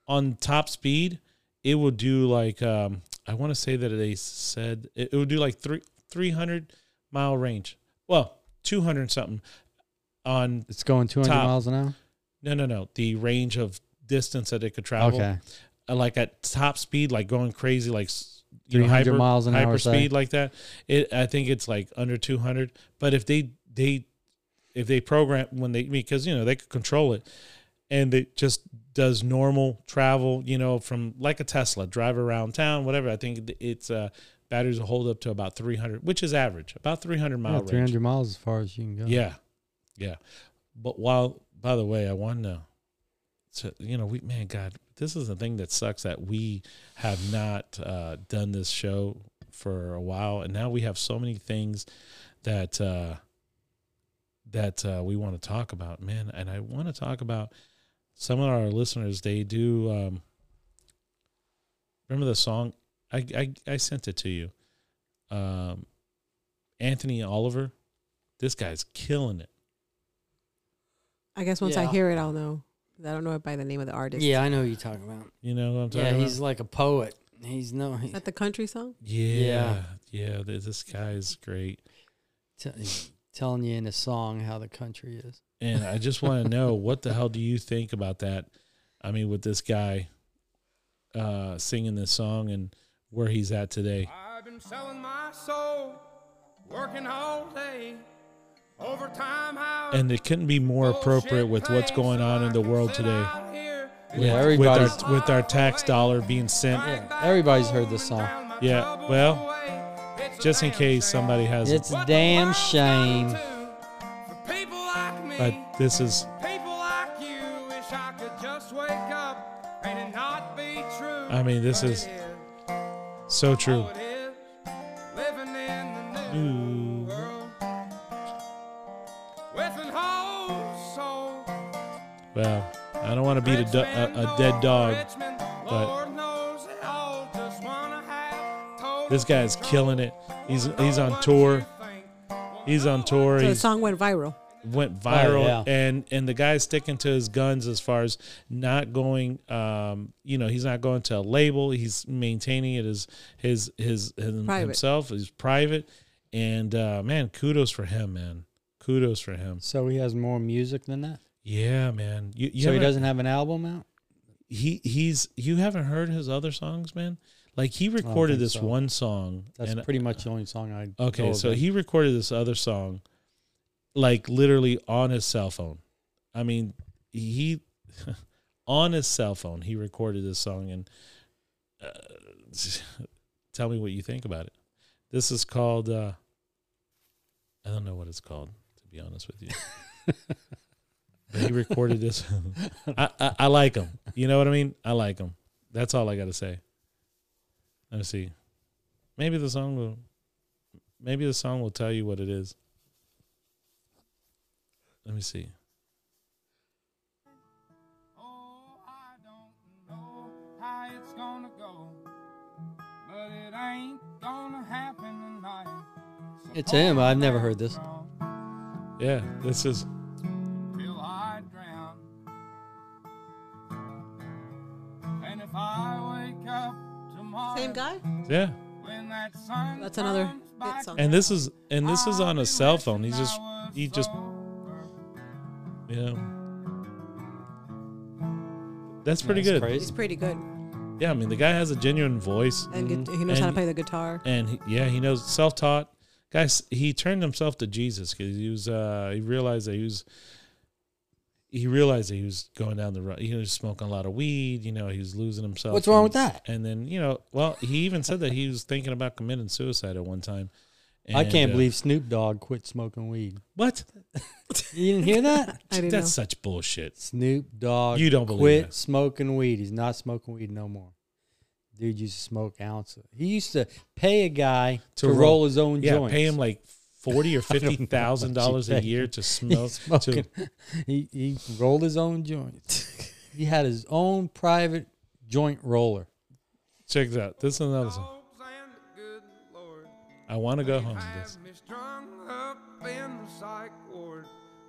S2: on top speed. It will do like um I want to say that they said it, it will do like three three hundred mile range. Well, two hundred something on
S4: it's going 200
S2: Top.
S4: miles an hour.
S2: no no no the range of distance that it could travel.
S4: Okay.
S2: uh, like at top speed, like going crazy, like s- you know,
S4: 300
S2: hyper,
S4: miles an hour
S2: hyper speed
S4: side.
S2: like that. It I think it's like under 200. But if they they if they program when they because you know they could control it, and it just does normal travel, you know, from like a Tesla, drive around town, whatever. I think it's uh, batteries will hold up to about 300, which is average, about 300 mile
S4: Yeah,
S2: range.
S4: 300 miles as far as you can go.
S2: Yeah, yeah. But while, by the way, I want to, so, you know, we man, God, this is the thing that sucks that we have not uh, done this show for a while, and now we have so many things that uh, that uh, we want to talk about, man. And I want to talk about some of our listeners. They do um, remember the song. I, I I sent it to you. Um, Anthony Oliver this guy's killing it.
S3: I guess once I
S5: Yeah.
S3: hear it, I'll know. 'Cause I don't know it by the name of the artist.
S5: Yeah, I know what you're talking about.
S2: You know what I'm talking
S5: Yeah,
S2: about?
S5: he's like a poet. He's no.
S3: Is
S5: He,
S3: that the country song?
S2: yeah, yeah, th- This guy's great,
S4: t- he's telling you in a song how the country is.
S2: and I just want to know what the hell do you think about that? I mean, with this guy uh, singing this song and where he's at today.
S1: I've been selling my soul, working all day, overtime hours.
S2: And it couldn't be
S1: Oh,
S2: more appropriate with what's going on in the world today.
S1: Yeah,
S2: With, with,
S4: everybody's-
S2: our, with our tax dollar being sent.
S4: Yeah, everybody's heard this song.
S2: Yeah, well, just in case somebody hasn't.
S4: It's a damn shame.
S1: People like me,
S2: But this is
S1: people like you, wish I could just wake up and it not be true.
S2: I mean, this
S1: But
S2: is
S1: it
S2: so true.
S1: Oh, it is. Living in the new world with an old soul.
S2: Well, I don't want to beat a, do- a, a dead dog. but-
S1: but
S2: This guy's killing it. He's he's on tour. He's on tour.
S3: So the
S2: He
S3: song went viral.
S2: went viral,
S4: Oh, yeah.
S2: and and the guy's sticking to his guns as far as not going. Um, you know, he's not going to a label. He's maintaining it as his his, his
S3: Private.
S2: himself. He's private, and uh, man, kudos for him, man. Kudos for him.
S4: So he has more music than that.
S2: Yeah, man. You, you
S4: so he
S2: haven't-
S4: doesn't have an album out.
S2: he he's you haven't heard his other songs, man. Like he recorded
S4: think
S2: this
S4: so.
S2: one song.
S4: That's
S2: and uh,
S4: pretty much the only song I. know
S2: Okay,
S4: of
S2: so
S4: it. [laughs]
S2: he recorded this other song, like literally on his cell phone. I mean, he [laughs] on his cell phone he recorded this song, and uh, [laughs] tell me what you think about it. This is called. Uh, I don't know what it's called, to be honest with you. but he recorded this. [laughs] I, I I like him. You know what I mean? I like him. That's all I got to say. Let me see. Maybe the song will Maybe the song will tell you what it is. Let me see.
S1: Oh, I don't know how it's gonna go, but it ain't gonna happen tonight.
S4: It's him. I've never heard this.
S2: Yeah, this is
S1: till I drown. And if I wake up tomorrow,
S3: Same guy?
S2: yeah.
S1: when that sun
S3: That's another
S1: comes
S3: hit
S1: back
S3: song.
S2: And this is and this is on
S1: I'll
S2: a
S1: be
S2: cell phone. He
S1: wishing
S2: just
S1: I was
S2: he just
S1: sober.
S2: you know. That's pretty good.
S3: He's
S4: Crazy.
S3: pretty good.
S2: Yeah, I mean the guy has a genuine voice
S3: And gu- he knows how
S2: Mm-hmm.
S3: to
S2: And-
S3: play the guitar.
S2: and he, yeah, he knows self-taught. Guys, he turned himself to Jesus cuz he was uh he realized that he was he realized that he was going down the road. He was smoking a lot of weed. You know, he was losing himself.
S4: What's wrong
S2: and-
S4: with that?
S2: And then you know, well, he even said that he was thinking about committing suicide at one time.
S4: I can't
S2: And, uh,
S4: believe Snoop Dogg quit smoking weed.
S2: what
S4: You didn't hear that?
S3: I didn't
S2: that's
S3: know.
S2: such bullshit.
S4: [laughs] Snoop Dogg.
S2: You don't believe
S4: quit
S2: that.
S4: smoking weed. He's not smoking weed no more. Dude used to smoke ounces. He used to pay a guy to, roll, his own
S2: yeah,
S4: joints.
S2: pay him like forty
S4: [laughs]
S2: or
S4: don't know
S2: fifty thousand
S4: what you
S2: dollars a
S4: pay.
S2: year to
S4: He, [laughs]
S2: smoke. To,
S4: smoking, he he rolled his own joints. he had his own private joint roller.
S2: check this out. This is another song.
S1: Hopes and the good Lord
S2: I want to go
S1: may
S2: home to
S1: have
S2: this.
S1: me strung up in the psych ward.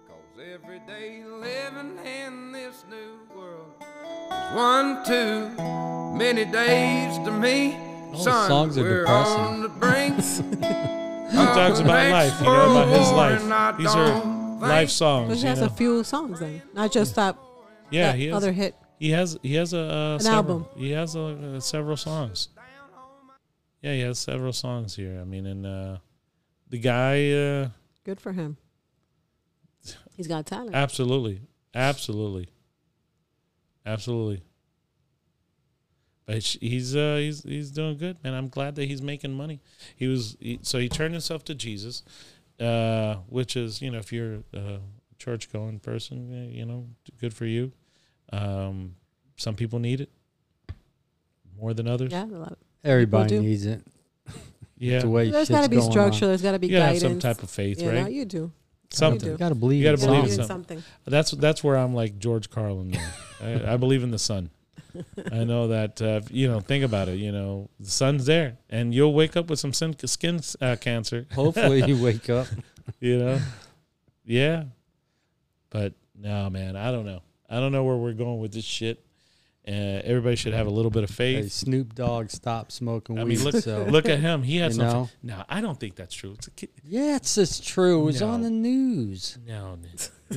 S1: 'Cause every day living in this new world is one too many days to me.
S4: the
S1: Son,
S4: songs are
S1: we're
S4: depressing.
S1: on
S2: [laughs]
S1: the brink.
S2: He talks about life, you know, about his life. These are life
S3: But
S2: songs.
S3: he
S2: You
S3: has a
S2: know?
S3: few songs then. Not just that,
S2: Yeah,
S3: that
S2: he has.
S3: other hit.
S2: He has he has a uh,
S3: An
S2: several,
S3: album.
S2: He has uh, uh, several songs. Yeah, he has several songs here. I mean, and uh, the guy, uh,
S3: Good
S2: [laughs]
S3: for him. He's got talent.
S2: absolutely, absolutely, absolutely. But sh- he's uh, he's he's doing good, man. I'm glad that he's making money. He was he, so he turned himself to Jesus, uh, which is you know if you're a church going person, eh, you know, good for you. Um, some people need it more than others.
S3: yeah, I love it.
S4: Everybody
S3: do.
S4: needs it.
S2: Yeah,
S4: It's the way
S3: There's
S4: got to
S3: be structure. There's got to be
S2: you gotta have
S3: guidance.
S2: some type of faith,
S3: you
S2: right?
S3: know, you do.
S2: Something.
S3: do.
S4: You got to believe.
S2: You gotta
S4: in
S3: Yeah,
S2: believe
S4: something.
S2: something.
S3: you do
S2: That's that's where I'm like George Carlin.
S4: [laughs]
S2: now. I, I believe in the sun. I
S3: [laughs]
S2: know that uh, you know. Think about it. You know, the sun's there, and you'll wake up with some sin, skin uh, cancer. [laughs]
S4: Hopefully, you wake up.
S2: You know, yeah. But no, man, I don't know. I don't know where we're going with this shit. Uh, everybody should have a little bit of
S4: Hey,
S2: faith.
S4: Snoop Dogg stopped smoking
S2: I
S4: weed.
S2: mean, look,
S4: so
S2: look at him. He had
S4: You
S2: some.
S4: know?
S2: No, I don't think that's true. It's a kid.
S4: yeah, it's just true. It was
S2: No.
S4: on the
S2: [laughs]
S4: news.
S2: No, no.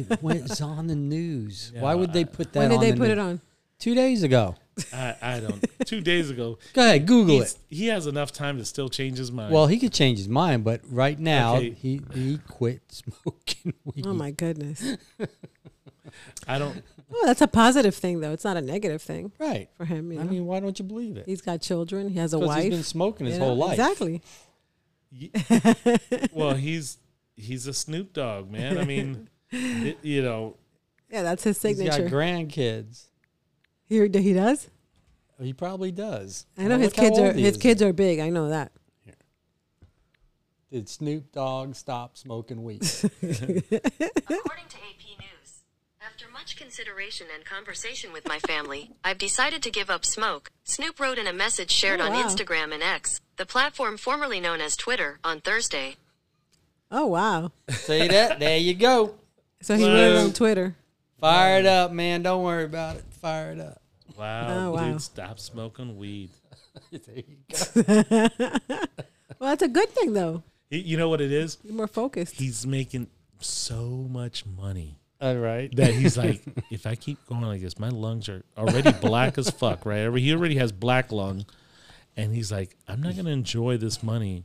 S4: It was on the news. Why
S2: No,
S4: would they
S2: I-
S4: put that?
S3: When did
S4: on
S3: they
S4: the
S3: put
S4: news?
S3: it on?
S4: Two days ago.
S2: I, I
S4: [laughs]
S2: don't. Two days ago,
S4: Go ahead, Google it.
S2: he's- he has enough time to still change his mind.
S4: Well, he could change his mind, but right now
S2: Okay.
S4: he he quit [laughs] smoking weed.
S3: Oh my goodness.
S2: I don't.
S3: Oh, that's a positive thing though. It's not a negative thing
S4: Right.
S3: for him. You know?
S4: I mean, why don't you believe it?
S3: he's got children. He has a
S4: 'Cause
S3: wife.
S4: he's been smoking his
S3: you know?
S4: whole life.
S3: Exactly.
S4: [laughs]
S2: Well, he's he's a Snoop Dogg, man. I mean, it- you know,
S3: Yeah, that's his
S4: He's got
S3: signature.
S4: grandkids.
S3: he, he does.
S4: He probably does.
S3: I know
S4: Well,
S3: his
S4: look how
S3: kids are
S4: old he
S3: his
S4: is.
S3: kids are big. I know that.
S4: Did Snoop Dogg stop smoking weed?
S3: [laughs]
S10: According to AP News, after much consideration and conversation with my family, I've decided to give up smoke. Snoop wrote in a message shared
S3: Oh,
S10: on
S3: wow.
S10: Instagram and X, the platform formerly known as Twitter, on Thursday.
S3: Oh wow.
S4: See that? There you go.
S3: So he wrote it on Twitter.
S4: Fire it up, man. Don't worry about it. Fire it up.
S2: wow,
S3: Oh, wow.
S2: dude, stop smoking weed.
S4: [laughs] There you go.
S3: Well, that's a good thing though.
S2: Y- You know what it is?
S3: You're more focused.
S2: He's making so much money
S4: All right.
S2: that he's like, [laughs] if I keep going like this, my lungs are already black as fuck, right? Already- He already has black lung, and he's like, I'm not gonna enjoy this money.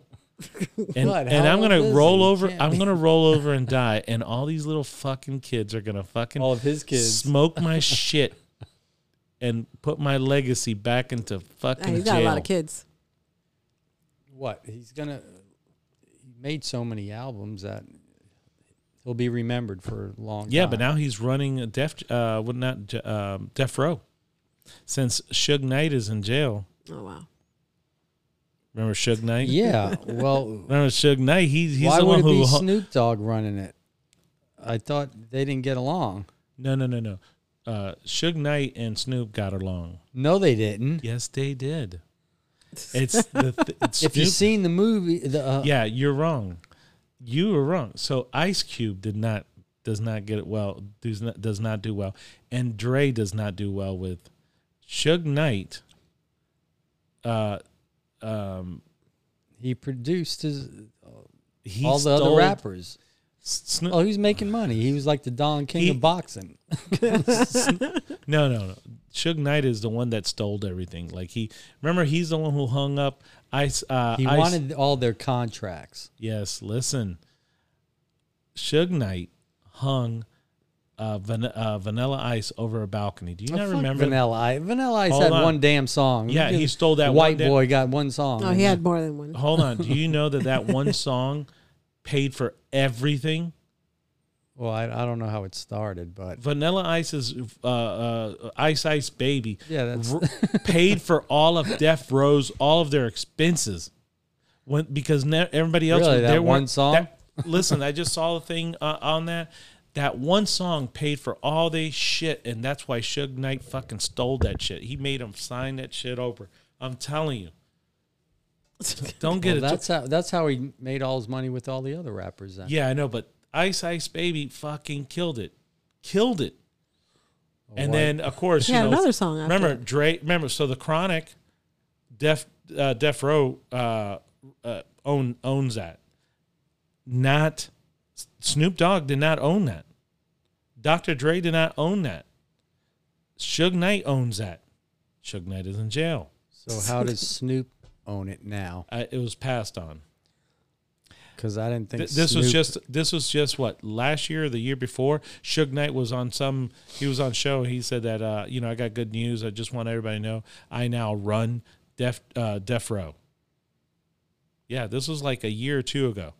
S2: And,
S4: What?
S2: and
S4: How
S2: I'm gonna
S4: old is
S2: roll
S4: he?
S2: over.
S4: Can't
S2: I'm
S4: be.
S2: gonna roll over and die. And all these little fucking kids are gonna fucking
S4: [laughs] All of his kids.
S2: smoke my shit and put my legacy back into fucking
S3: Hey, Ah, he's
S2: jail.
S3: got a lot of kids.
S4: What? He's going to. He made so many albums that he'll be remembered for a long
S2: Yeah,
S4: time.
S2: but now he's running a def uh what not J- um def row. Since Suge Knight is in jail.
S3: Oh wow.
S2: Remember Suge Knight? [laughs]
S4: Yeah. Well,
S2: Remember Suge Knight? He, he's
S4: why
S2: the
S4: would
S2: one
S4: it
S2: who
S4: be Snoop Dogg running it? I thought they didn't get along.
S2: No no no no. Uh Suge Knight and Snoop got along.
S4: No, they didn't.
S2: Yes, they did. It's the th- it's
S4: [laughs] If you've
S2: Snoop-
S4: seen the movie, the uh,
S2: yeah, you're wrong. You were wrong. So Ice Cube did not does not get it well. Does not does not do well, and Dre does not do well with Suge Knight. Uh, um,
S4: he produced his
S2: he
S4: all the
S2: stole-
S4: other rappers.
S2: Sno-
S4: Oh, he was making money. He was like the Don King
S2: He- [laughs]
S4: of boxing.
S2: No, no, no. Suge Knight is the one that stole everything. Like he remember, he's the one who hung up Ice. Uh,
S4: He
S2: Ice-
S4: wanted all their contracts.
S2: Yes, listen. Suge Knight hung uh, van- uh, Vanilla Ice over a balcony. Do you not
S4: Fuck
S2: remember?
S4: Vanilla Ice. Vanilla Ice
S2: Hold
S4: had
S2: on.
S4: one damn song.
S2: Yeah, he stole that one
S4: White
S2: damn-
S4: boy got one song.
S3: Oh, he had more than one.
S2: Hold on. Do
S4: [laughs]
S2: you know that that one song paid for everything?
S4: Well, I, I don't know how it started, but
S2: Vanilla Ice's uh, uh, Ice Ice Baby
S4: Yeah, that's-
S2: paid for all of Def Row's all of their expenses. When because ne- everybody else
S4: Really? That
S2: there
S4: one
S2: weren't-
S4: song?
S2: that- listen, I just saw a thing uh, on that. That one song paid for all they shit, and that's why Suge Knight fucking stole that shit. He made him sign that shit over. I'm telling
S4: [laughs]
S2: you. Don't get
S4: well,
S2: it. twi-
S4: that's how that's how he made all his money with all the other rappers. Then.
S2: Yeah, I know, but Ice Ice Baby fucking killed it, killed it. and
S4: white-
S2: then of course,
S3: He
S2: you
S3: had
S2: know,
S3: another song after
S2: Remember
S3: that.
S2: Dre? Remember so the Chronic, Def uh, Def Row uh, uh, own owns that. Not Snoop Dogg did not own that. Dr. Dre did not own that. Suge Knight owns that. Suge Knight is in jail.
S4: So how does Snoop own it now
S2: I, it was passed on.
S4: because I didn't think
S2: Th- this was
S4: Snoop-
S2: just this was just what last year, or the year before. Suge Knight was on some. He was on show. He said that uh, you know I got good news. I just want everybody to know I now run Def uh, Def Row. Yeah, this was like a year or two ago.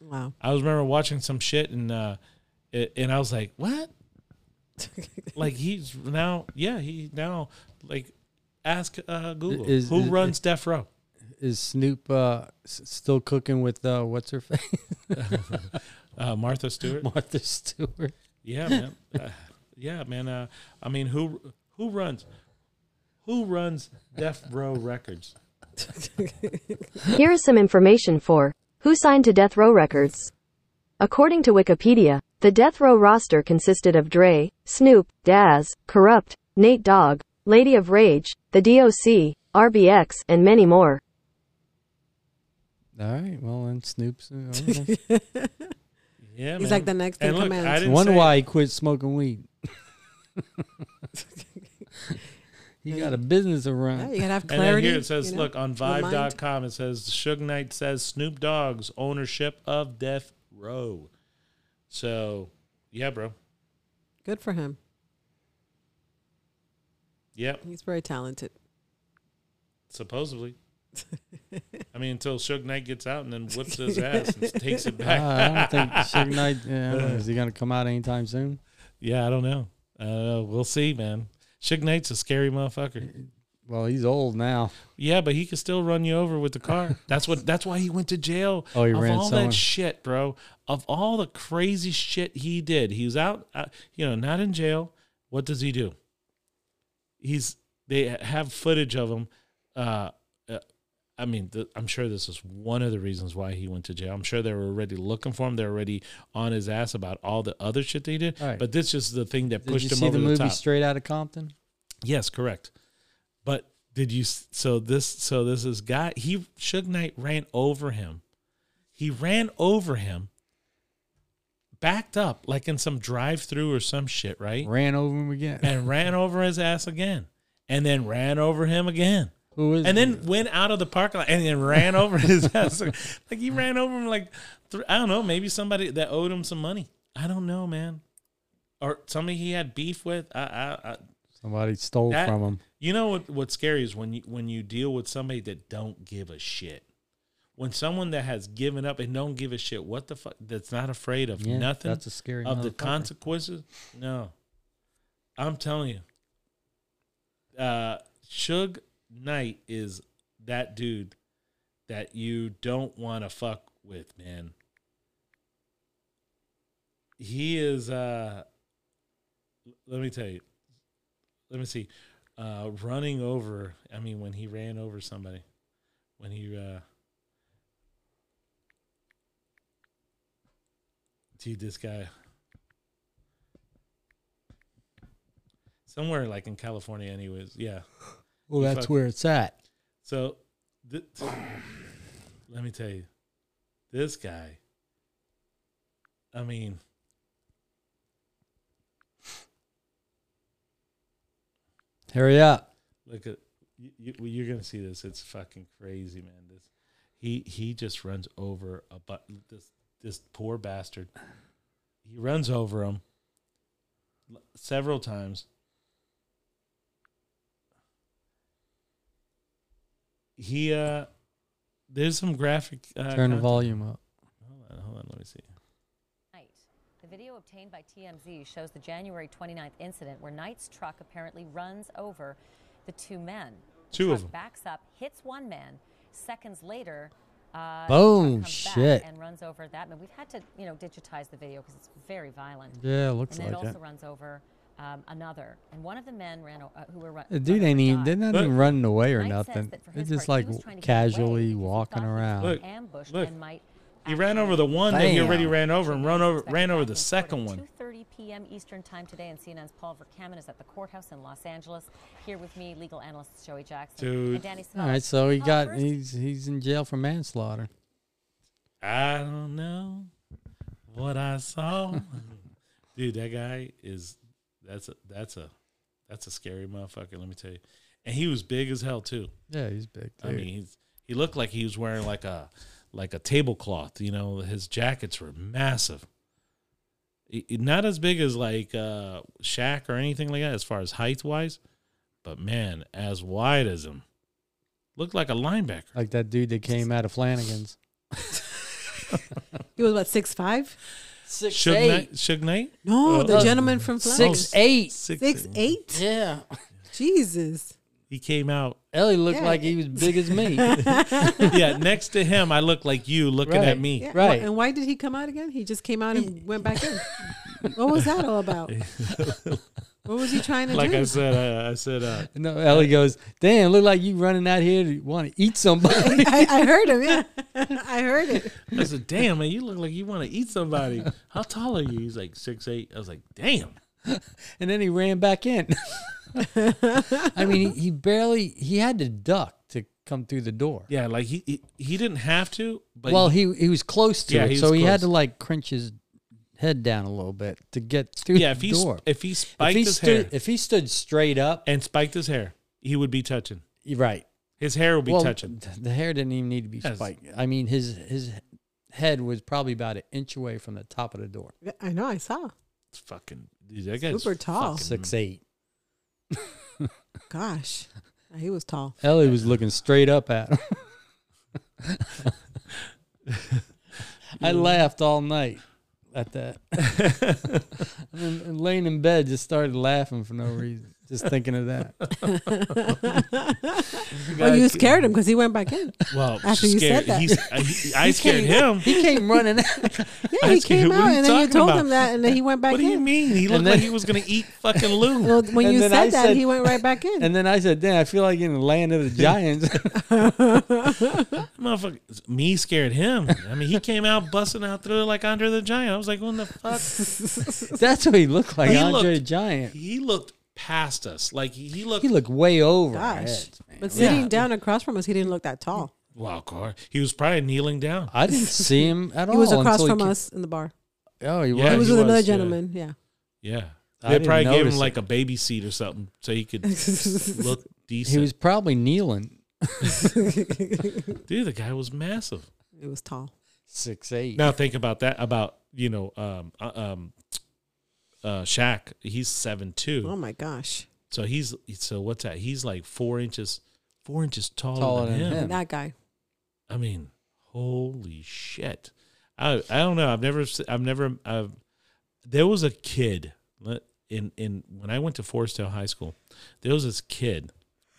S3: Wow. [laughs]
S2: I was remember watching some shit and uh, it, and I was like,
S4: [laughs]
S2: what? like he's now, yeah, he now like ask uh, Google
S4: Is-
S2: who
S4: is-
S2: runs Def Row.
S4: is Snoop uh, s- still cooking with uh, what's her face [laughs]
S2: Uh, Martha Stewart.
S4: Martha Stewart.
S2: Yeah, man. [laughs] Uh, yeah, man. Uh, I mean, who who runs who runs Def Row Records?
S10: Here is some information for who signed to Death Row Records. According to Wikipedia, the Death Row roster consisted of Dre, Snoop, Daz, Corrupt, Nate Dogg, Lady of Rage, the DOC, RBX, and many more.
S4: All right, well then Snoop's. uh,
S2: [laughs]
S4: I
S2: Yeah,
S3: He's
S2: man.
S3: like the next in
S2: And look,
S3: command.
S2: I didn't
S4: wonder
S2: say-
S4: why he quit smoking weed. he got a business to
S3: Yeah,
S4: run.
S3: you gotta have
S2: And then
S3: clarity.
S2: here it says,
S3: you know,
S2: look on
S3: your mind.
S2: Vive.com. It says Suge Knight says Snoop Dogg's ownership of Death Row. So, yeah, bro.
S3: Good for him.
S2: Yep,
S3: He's very talented. [laughs]
S2: supposedly. I mean, until Suge Knight gets out and then whips
S3: [laughs]
S2: his ass and takes it back.
S4: Ah, I don't think Suge Knight. yeah, I don't know, is he gonna come out anytime soon?
S2: [laughs] Yeah, I don't know. Uh, we'll see, man. Suge Knight's a scary motherfucker.
S4: Well, he's old now.
S2: Yeah, but he could still run you over with the
S4: [laughs]
S2: car. That's what. That's why he went to jail.
S4: Oh, he
S2: of
S4: ran
S2: all
S4: someone.
S2: that shit, bro. Of all the crazy shit he did, he was out. Uh, you know, not in jail. What does he do? He's. They have footage of him. Uh, uh, I mean, the, I'm sure this is one of the reasons why he went to jail. I'm sure they were already looking for him. They're already on his ass about all the other shit they did.
S4: Right.
S2: But this is the thing that
S4: Did
S2: pushed
S4: you
S2: him
S4: see
S2: over
S4: the movie
S2: top.
S4: Straight Out of Compton?
S2: Yes, correct. But did you so this so this is guy he Suge Knight ran over him. He ran over him, backed up like in some drive through or some shit, right?
S4: Ran over him again.
S2: And ran over his ass again. And then ran over him again.
S4: Who is?
S2: And then went out of the parking lot and then ran over his [laughs] ass. Like he ran over him like th- I don't know, maybe somebody that owed him some money. I don't know, man. Or somebody he had beef with. I I, I
S4: somebody stole
S2: that-
S4: from him.
S2: You know what? What's scary is when you when you deal with somebody that don't give a shit. When someone that has given up and don't give a shit, what the fuck? That's not afraid of
S4: Yeah,
S2: nothing.
S4: that's a scary
S2: of the
S4: motherfucker.
S2: consequences. No, I'm telling you, uh, Suge Knight is that dude that you don't want to fuck with, man. He is. uh Let me tell you. Let me see. Uh Running over. I mean, when he ran over somebody, when he. uh Dude, this guy. Somewhere like in California, anyways. Yeah.
S4: Well,
S2: You
S4: that's
S2: fuck-
S4: where it's at.
S2: So, th- [sighs] let me tell you, this guy. I mean,
S4: Hurry up!
S2: look at uh, you, you, well, you're gonna see this. It's fucking crazy, man. This he he just runs over a but this this poor bastard. He runs over him l- several times. He uh, there's some graphic. Uh,
S4: Turn the
S2: content.
S4: volume up.
S2: Hold on, hold on. Let me see.
S11: The video obtained by TMZ shows the January 29th incident where Knight's truck apparently runs over the two men.
S2: Two
S11: truck
S2: of them.
S11: Backs up, hits one man. Seconds later, uh, the truck
S4: Boom,
S11: comes back
S4: shit.
S11: and runs over that man. We've had to, you know, digitize the video because it's very violent.
S4: Yeah, it looks
S11: and then
S4: like
S11: it
S4: it.
S11: also runs over um, another. And one of the men ran o- uh, who were run-
S4: The dude ain't even, they're not
S2: Look.
S4: even running away or
S11: Knight says
S4: nothing.
S11: that for
S4: They're
S11: his
S4: just
S11: part, he
S4: like
S11: was trying to get away because
S4: casually
S11: he thought
S4: walking
S11: he was
S4: around.
S2: Look,
S11: ambushed
S2: look.
S11: and might
S2: He ran over the one that he
S4: Bam.
S2: already ran over and run over ran over the second one.
S11: 2:30 p.m. Eastern Time today, and CNN's Paul Verkaman is at the courthouse in Los Angeles. Here with me, legal analyst Joey Jackson
S2: Dude.
S11: and Danny
S4: All
S11: Simonis.
S4: right, so he
S11: Uh,
S4: got
S11: first-
S4: he's he's in jail for manslaughter.
S2: I don't know what I saw. Dude, that guy is that's a that's a that's a scary motherfucker, let me tell you. And he was big as hell too.
S4: Yeah, he's big.
S2: I
S4: Dude.
S2: mean he's he He looked like he was wearing like a like a tablecloth. You know, his jackets were massive. I- I- Not as big as like uh Shaq or anything like that as far as height wise, but man, as wide as him. Looked like a linebacker.
S4: Like that dude that came out of Flanagan's.
S3: He was what six five?
S4: Six
S2: Suge Knight, Suge Knight?
S3: No,
S2: Oh.
S3: the gentleman from Flanagan.
S4: Six eight.
S2: Six,
S3: Six eight?
S4: Yeah.
S3: Jesus. [laughs]
S2: He came out.
S4: Ellie looked
S3: Yeah.
S4: like he was big as
S2: [laughs]
S4: me.
S2: yeah, next to him, I look like you looking
S4: Right.
S2: at me.
S3: Yeah.
S4: Right.
S3: And why did he come out again? He just came out and went back
S2: [laughs]
S3: in. What was that all about? What was he trying to [laughs]
S2: like
S3: do?
S2: I said, I, I said, uh,
S4: [laughs] no, Ellie goes, damn, look like you running out here to want to
S2: [laughs]
S4: eat somebody.
S3: I, I heard him. Yeah, [laughs] I heard it.
S2: I said, "Damn, man, you look like you want to eat somebody. How tall are you?" He's like six eight. I was like, "Damn."
S4: and then he ran
S2: [laughs]
S4: back in. I mean, he, he barely, he had to duck to come through the door.
S2: Yeah, like he he, he didn't have to, but
S4: well, he he was close to
S2: Yeah,
S4: it,
S2: he was
S4: so he had
S2: close.
S4: to like crunch his head down a little bit to get through
S2: yeah, if
S4: the
S2: he
S4: door.
S2: sp- if he spiked
S4: he
S2: his
S4: stood,
S2: hair
S4: if he stood straight up,
S2: and spiked his hair, he would be touching.
S4: you're right.
S2: His hair would be
S4: well,
S2: touching.
S4: th- the hair didn't even need to be
S2: Yes.
S4: spiked. I mean, his his head was probably about an inch away from the top of the door.
S3: I know. I saw.
S2: It's fucking dude, that guy's
S3: Super tall.
S2: fucking-
S4: Six eight.
S3: Gosh, he was tall.
S4: Ellie was looking straight up at him. [laughs] I laughed all night at that. [laughs] and, and laying in bed, just started laughing for no reason, just thinking of that.
S3: Well, you scared him because he went
S2: [laughs]
S3: back in.
S2: Well,
S3: After you
S2: scared-
S3: said that.
S2: he's- I, he-
S3: [laughs]
S2: I scared
S4: came-
S2: him.
S4: He came running out.
S3: Yeah, he
S2: That's good.
S3: came
S2: What are
S3: out,
S2: you
S3: and then you
S2: talking
S3: told
S2: about?
S3: him that, and then he went back
S2: What do
S3: in.
S2: you mean? He looked
S4: then-
S2: like he was gonna eat fucking
S4: [laughs]
S2: Lou.
S3: Well, when
S4: And
S3: you
S4: then
S3: said
S4: I
S3: that,
S4: said-
S3: he went right back in.
S4: And then I said, "Damn, I feel like in the land of
S2: [laughs]
S4: the giants." [laughs]
S2: Motherfucker, me scared him. I mean, he came out busting out through like Andre the Giant. I was like, "What in the fuck?"
S4: That's what he looked like,
S2: He
S4: Andre
S2: looked-
S4: the Giant.
S2: He looked past us. Like he, he looked.
S4: He looked way over.
S3: Gosh,
S4: our heads.
S3: but sitting down across from us, he didn't look that tall.
S2: Wow, car. He was probably kneeling down.
S4: I didn't see him at all.
S3: He was across
S4: until
S3: from
S4: ca-
S3: us in the bar.
S4: Oh, he
S2: Yeah,
S3: he
S4: was.
S3: was
S2: he
S3: with another
S2: was, yeah.
S3: gentleman. Yeah.
S2: Yeah,
S4: I
S2: they
S4: didn't
S2: probably gave him
S4: notice
S2: like
S4: it.
S2: a baby seat or something so he
S4: [laughs]
S2: could look decent.
S4: He was probably kneeling.
S2: Dude, the guy was massive.
S3: It was tall.
S4: Six eight.
S2: Now think about that. About you know, um, uh, um, uh, Shaq. He's seven two.
S3: Oh my gosh,
S2: so he's so what's that? He's like four inches, four inches taller,
S4: Taller
S2: than,
S4: than
S2: him.
S4: him.
S3: that guy.
S2: I mean, holy shit. I I don't know. I've never se- I've never I've, there was a kid let- in in when I went to Forest Hill High School. There was this kid,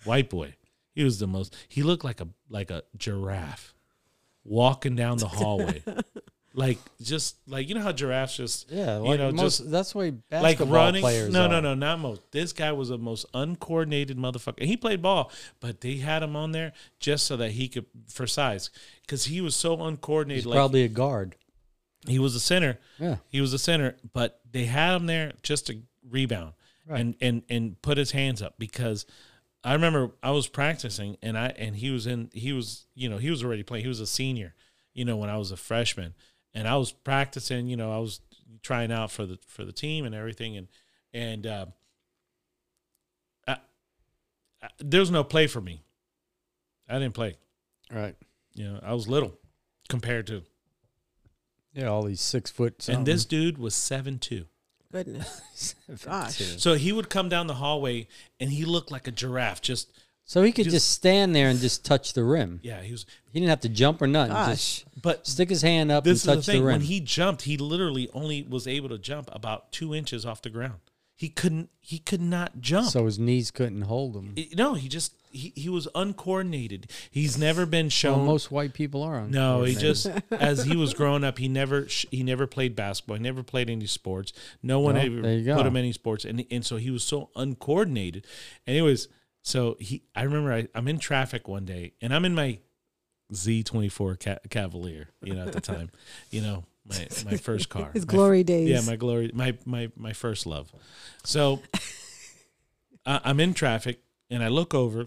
S2: white boy. He was the most. He looked like a like a giraffe walking down the
S4: [laughs]
S2: hallway. like just like you know how giraffes just
S4: Yeah,
S2: you
S4: like
S2: know
S4: most,
S2: just
S4: that's why
S2: like
S4: basketball
S2: running.
S4: players.
S2: No,
S4: are.
S2: no, no, not most. This guy was the most uncoordinated motherfucker. And he played ball, but they had him on there just so that he could for size because he was so uncoordinated.
S4: He's
S2: like
S4: probably a guard.
S2: he was a center.
S4: Yeah.
S2: He was a center, but they had him there just to rebound
S4: Right.
S2: and and and put his hands up because I remember I was practicing and I and he was in he was you know he was already playing he was a senior you know when I was a freshman and I was practicing you know I was trying out for the for the team and everything and and uh, I, I, there was no play for me I didn't play
S4: Right.
S2: you know I was little compared to
S4: Yeah, all these six foot.
S2: and this dude was seven two.
S3: Goodness,
S2: [laughs]
S4: something.
S3: gosh.
S2: So he would come down the hallway and he looked like a giraffe. Just
S4: So he could
S2: Just-
S4: just, stand there and just touch the rim.
S2: yeah, he was.
S4: He didn't have to jump or nothing.
S3: Gosh.
S2: But
S4: Just stick his hand up
S2: this is
S4: and
S2: the
S4: touch
S2: thing:
S4: the rim.
S2: when he jumped, he literally only was able to jump about two inches off the ground. He couldn't. He could not jump.
S4: so his knees couldn't hold him.
S2: It- no, he just he, he was uncoordinated. He's never been
S4: Well,
S2: shown.
S4: most white people are on.
S2: no, he
S4: coordinated.
S2: just
S4: [laughs]
S2: as he was growing up, he never sh- he never played basketball. He never played any sports. No one
S4: No,
S2: ever
S4: there you
S2: put
S4: go.
S2: him in any sports, and and so he was so uncoordinated. Anyways, so he I remember I, I'm in traffic one day, and I'm in my Z24 ca- Cavalier, you know, at the time, you know, my my first car,
S3: [laughs] His
S2: My-
S3: glory days.
S2: yeah, my glory, my my my first love.
S4: [laughs]
S2: So I, I'm in traffic, and I look over,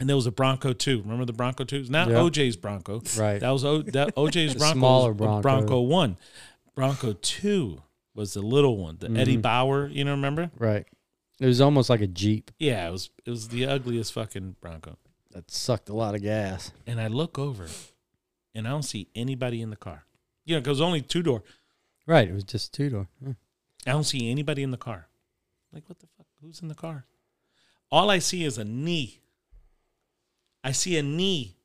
S2: and there was a Bronco too. Remember the Bronco two? It's Not
S4: Yeah.
S2: OJ's Bronco,
S4: Right.
S2: That was o,
S4: [laughs]
S2: that OJ's Bronco. was
S4: Smaller
S2: a
S4: Bronco.
S2: Bronco one, Bronco two was the little one, the Eddie
S4: Mm-hmm.
S2: Bauer. You know, remember?
S4: right. It was almost like a jeep.
S2: Yeah, it was it was the ugliest fucking Bronco.
S4: That sucked a lot of gas.
S2: And I look over and I don't see anybody in the car. You know, because only two door.
S4: Right. It was just two door.
S2: I don't see anybody in the car. Like, what the fuck? Who's in the car? All I see is a knee. I see a knee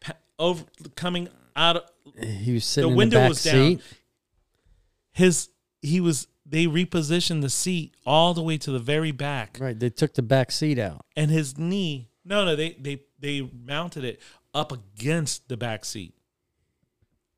S2: pa- over coming out of
S4: He was sitting in the back seat.
S2: His he was they repositioned the seat all the way to the very back.
S4: Right. They took the back seat out.
S2: and his knee no no they they they mounted it up against the back seat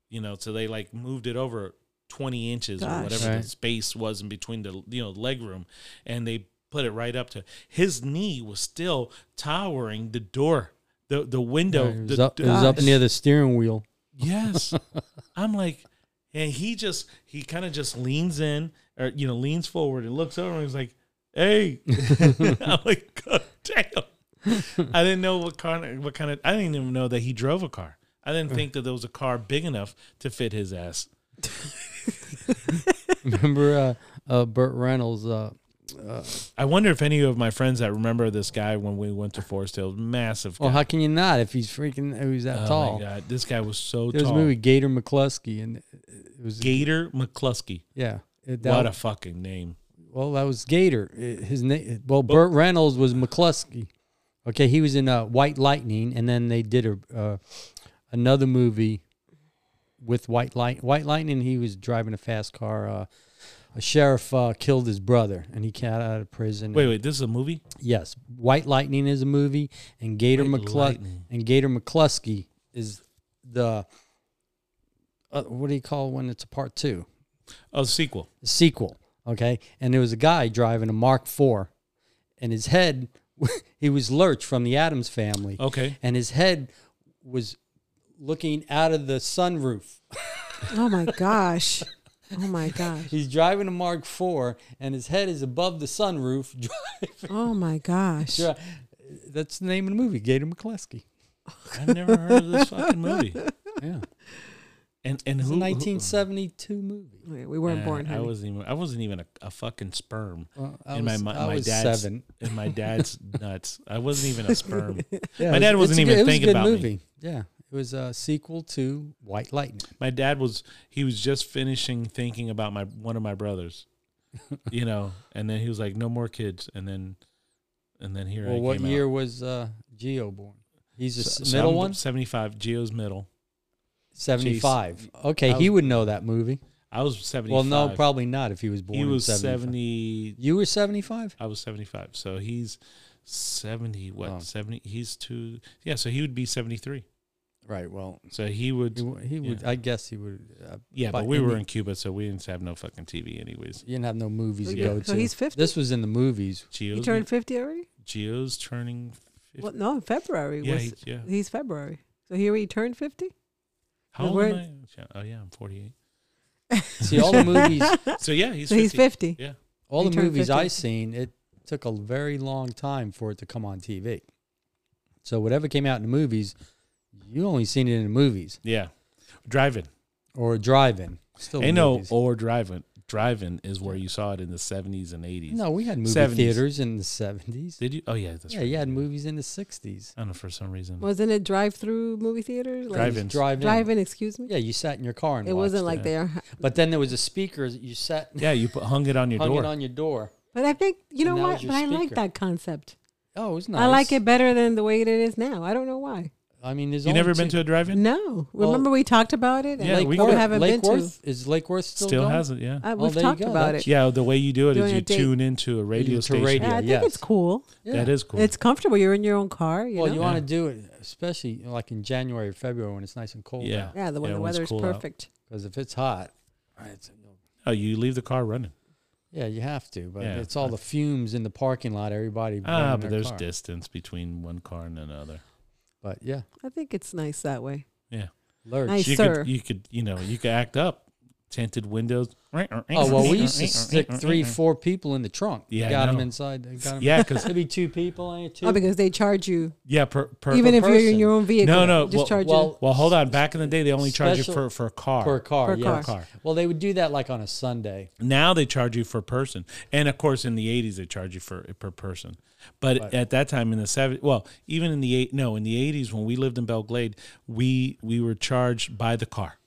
S2: you know so they like moved it over 20 inches or
S3: Gosh.
S2: whatever
S4: Right.
S2: the space was in between the you know leg room and they put it right up to his knee was still towering the door the the window
S4: Right, it, was
S2: the-
S4: up, it was up
S2: the-
S4: near the steering wheel. [laughs]
S2: Yes. I'm like, and he just he kind of just leans in or you know, leans forward and looks over and he's like,
S4: [laughs]
S2: Hey [laughs] I'm like, God damn. I didn't know what car what kind of I didn't even know that he drove a car. I didn't think that there was a car big enough to fit his ass.
S4: Remember uh, uh, Burt Reynolds? Uh, uh,
S2: I wonder if any of my friends that remember this guy when we went to Forest Hills, massive guy.
S4: well, oh, how can you not if he's freaking who's that
S2: Oh my
S4: tall?
S2: God, this guy was so
S4: There was
S2: tall.
S4: a movie Gator McCluskey, and it was
S2: Gator McCluskey.
S4: yeah. It- that
S2: What a
S4: was-
S2: fucking name.
S4: well, that was Gator. It- His name. Well, Burt Reynolds was McCluskey. Okay, he was in uh, White Lightning, and then they did a uh, another movie with White Light. White Lightning. He was driving a fast car. Uh, a sheriff uh, killed his brother, and he got out of prison.
S2: Wait, wait, this is a movie?
S4: Yes, White Lightning is a movie, and Gator
S2: White
S4: McClus
S2: Lightning.
S4: and Gator McCluskey is the uh, what do you call when it's a part two
S2: Oh, sequel.
S4: sequel? Okay, and there was a guy driving a Mark IV, and his head [laughs] he was Lurch from the Adams Family.
S2: Okay.
S4: and his head was looking out of the sunroof.
S3: Oh my gosh. Oh my gosh.
S4: He's driving a Mark IV, and his head is above the sunroof. [laughs]
S2: [laughs]
S4: Driving.
S3: Oh my gosh.
S4: dri- That's the name of the movie, Gator McCluskey.
S2: I've never heard of this fucking
S4: [laughs]
S2: movie.
S4: Yeah.
S2: And and
S4: It's
S2: who?
S4: a
S2: who-
S4: 1972 movie.
S3: We we weren't
S2: Man,
S3: born,
S2: I
S3: honey. [laughs]
S2: wasn't even. I wasn't even a, a fucking sperm.
S4: Well, I
S2: in
S4: was-
S2: my my,
S4: I
S2: my
S4: was
S2: dad's
S4: seven.
S2: in my
S4: [laughs]
S2: dad's nuts. I wasn't even a sperm.
S4: Yeah,
S2: my
S4: it
S2: dad
S4: was-
S2: wasn't
S4: it's
S2: even
S4: a good- it was a
S2: thinking
S4: good
S2: about me.
S4: Yeah, it was a sequel to White Lightning.
S2: My dad was. He was just finishing thinking about my one of my brothers. You know, and then he was like, "No more kids." And then, and then here. I
S4: well, what
S2: came out.
S4: year was uh, Geo born? He's the
S2: So-
S4: s-
S2: so
S4: middle
S2: I'm
S4: one,
S2: Seventy-five. Geo's middle.
S4: 75. Okay,
S2: I
S4: he
S2: was-
S4: would know that movie.
S2: I was seventy-five.
S4: Well, no, probably not if he was born.
S2: He
S4: in
S2: was
S4: 75.
S2: seventy.
S4: You were 75.
S2: I was 75. So he's 70, what,
S4: Oh.
S2: 70? He's two. Yeah, so he would be 73.
S4: Right. Well,
S2: So he would.
S4: he, w- he would.
S2: yeah.
S4: I guess he would. Uh,
S2: yeah, but we were
S4: the-
S2: in Cuba, so we didn't have no fucking TV, anyways.
S4: You didn't have no movies to
S2: Yeah.
S4: go to.
S3: So he's 50?
S4: This was in the movies.
S2: Geo's,
S3: He turned 50 already?
S2: Geo's turning. 50.
S3: Well, no, in February.
S2: Yeah,
S3: was,
S2: he- yeah.
S3: He's February. So he already turned 50?
S2: [laughs] How old
S3: we're-
S2: am I? Yeah, Oh, yeah, I'm 48.
S4: See,
S2: [laughs]
S4: all the movies,
S2: So yeah, he's
S3: [laughs] So
S2: 50.
S3: he's 50.
S2: Yeah.
S4: all
S3: He
S4: the
S3: turned
S4: movies
S3: 50.
S4: I seen, it took a very long time for it to come on TV. So whatever came out in the movies, you only seen it in the movies
S2: Yeah. Driving.
S4: or driving. Still
S2: Ain't no
S4: movies.
S2: or driving. Driving is where you saw it in the 70s and 80s.
S4: no, we had movie
S2: 70s.
S4: theaters in the seventies.
S2: Did you? Oh, yeah, that's
S4: Yeah,
S2: right.
S4: you had movies in the sixties.
S2: I don't know, for some reason.
S3: Wasn't it drive through movie theaters? Like
S2: Drive-in. Drive-ins.
S4: Drive-in.
S3: Drive-in, excuse me?
S4: Yeah, you sat in your car and
S3: It wasn't
S4: watched
S3: like they are.
S4: But then there was a speaker that you sat
S2: yeah, you put, hung it on your
S4: hung
S2: door.
S4: it on your door.
S3: But I think, you know
S4: And that
S3: what?
S4: was
S3: But
S4: your
S3: I like
S4: speaker.
S3: that concept.
S4: Oh, it was nice.
S3: I like it better than the way it is now. I don't know why.
S4: I mean, there's
S2: you
S4: only
S2: never
S4: two.
S2: been to a drive in?
S3: No.
S4: Well,
S3: Remember we talked about it?
S2: Yeah,
S4: Lake
S2: we
S4: Worth.
S2: could-
S3: haven't
S4: Lake
S3: been to.
S4: Worth is Lake Worth still,
S2: Still
S4: going?
S2: hasn't, yeah.
S3: I,
S4: Oh,
S3: we've
S4: there you
S3: talked
S4: go.
S3: about
S4: That's-
S3: it.
S2: Yeah, the way you do it
S3: Doing
S2: is
S3: a
S2: you
S3: date.
S2: tune into a radio
S4: to
S2: station.
S4: radio.
S3: Yeah, I think
S4: yes.
S3: it's cool.
S4: Yeah.
S2: That is cool.
S3: It's comfortable. You're in your own car. You
S4: well,
S3: know?
S4: you
S2: Yeah.
S4: want to do it, especially like in January or February when it's nice and cold.
S2: Yeah.
S3: yeah, the, when
S2: Yeah,
S3: the
S2: when it's
S3: weather's
S2: cool out.
S3: perfect.
S4: Because if it's hot, it's,
S2: oh, you leave the car running.
S4: yeah, you have to. But
S2: Yeah.
S4: it's all the fumes in the parking lot. Everybody.
S2: Ah,
S4: running
S2: but
S4: their
S2: there's
S4: car.
S2: distance between one car and another.
S4: But yeah,
S3: I think it's nice that way.
S2: Yeah.
S4: lurch.
S3: Nice.
S2: you
S3: sir.
S2: could you could you know, you could act up. tinted windows. Oh
S4: Oh well, we used
S2: [laughs]
S4: to stick three, four people in the trunk.
S2: Yeah,
S4: got
S2: I
S4: them
S2: know.
S4: inside. Got 'em-
S2: Yeah, 'cause-
S4: maybe two people. eh, two.
S3: Oh, because they charge you.
S2: Yeah, per, per
S3: Even
S2: per
S3: if you're in
S2: person.
S3: your own vehicle,
S2: No, no.
S3: just
S2: well,
S3: charge
S2: well,
S3: you.
S2: well, hold on. Back in the day, they only charge you for
S4: Special-
S2: for a car.
S4: per car.
S3: Per
S4: yes.
S2: car.
S4: Well, they would do that like on a Sunday.
S2: Now they charge you for person, and of course, in the '80s they charge you for per person. But at that time in the '70s, well, even in the eight, no, in the '80s when we lived in Belglade, we we were charged by the car,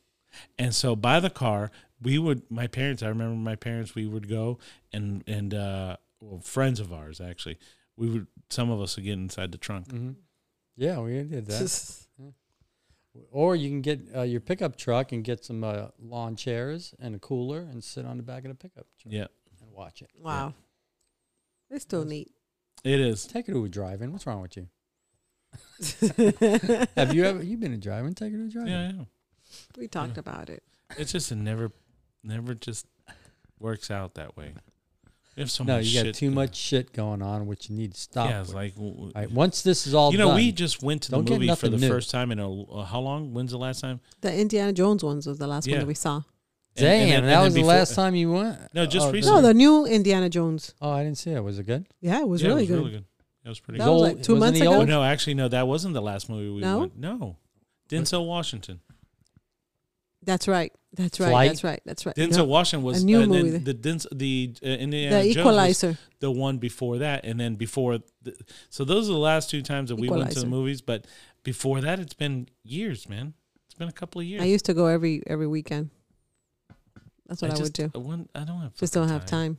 S2: and so by the car we would. My parents, I remember my parents, we would go and and uh, well, friends of ours actually, we would. Some of us would get inside the trunk.
S3: Mm-hmm.
S4: Yeah, we did that. Yeah. or you can get uh, your pickup truck and get some uh, lawn chairs and a cooler and sit on the back of the pickup truck
S2: Yeah,
S4: and watch it.
S3: Wow. It's still neat.
S2: it is.
S4: Take her to a drive-in. What's
S3: [laughs]
S4: wrong with you? Have you ever you been a drive-in? Take her to a drive-in.
S2: Yeah, yeah.
S3: We talked about it.
S2: It's just it never, never just works out that way. You have so
S4: no,
S2: much
S4: you got
S2: shit
S4: too
S2: to-
S4: much shit going on, which you need to stop.
S2: Yeah, it's
S4: with.
S2: like w- w-
S4: All right, once this is all
S2: you know, we
S4: done-
S2: just went to the
S4: Don't get
S2: movie for
S4: nothing
S2: the
S4: new.
S2: first time in a uh, how long? When's the last time?
S3: The Indiana Jones ones was the last
S2: Yeah.
S3: one that we saw.
S2: And-
S4: Damn,
S2: and then-
S4: that
S2: and then
S4: was the
S2: before-
S4: last time you went.
S2: No, just
S4: oh, good.
S2: recently.
S3: No, the new Indiana Jones.
S4: Oh, I didn't see it. Was it good?
S3: Yeah, it was
S2: Yeah,
S3: really
S2: it was
S3: good.
S2: really good. That was pretty
S3: That
S2: good.
S3: was
S4: old-
S3: like two
S4: wasn't
S3: months
S4: he
S3: ago.
S4: old?
S2: Oh, no, actually, no, that wasn't the last movie we
S3: No?
S2: went. No, Denzel Washington.
S3: That's right. That's right.
S4: Flight?
S3: That's right. That's right.
S2: Denzel
S3: No.
S2: Washington was
S3: new
S2: and then
S3: movie.
S2: the Dens- the uh, Indiana
S3: The
S2: Jones was
S3: Equalizer.
S2: the one before that, and then before. The, so those are the last two times that we went to the
S3: Equalizer.
S2: movies. But before that, it's been years, man. It's been a couple of years.
S3: I used to go every every weekend. That's what I, would
S2: just-
S3: do.
S2: I, wouldn't- I don't have
S3: Just
S2: fucking
S3: don't have time.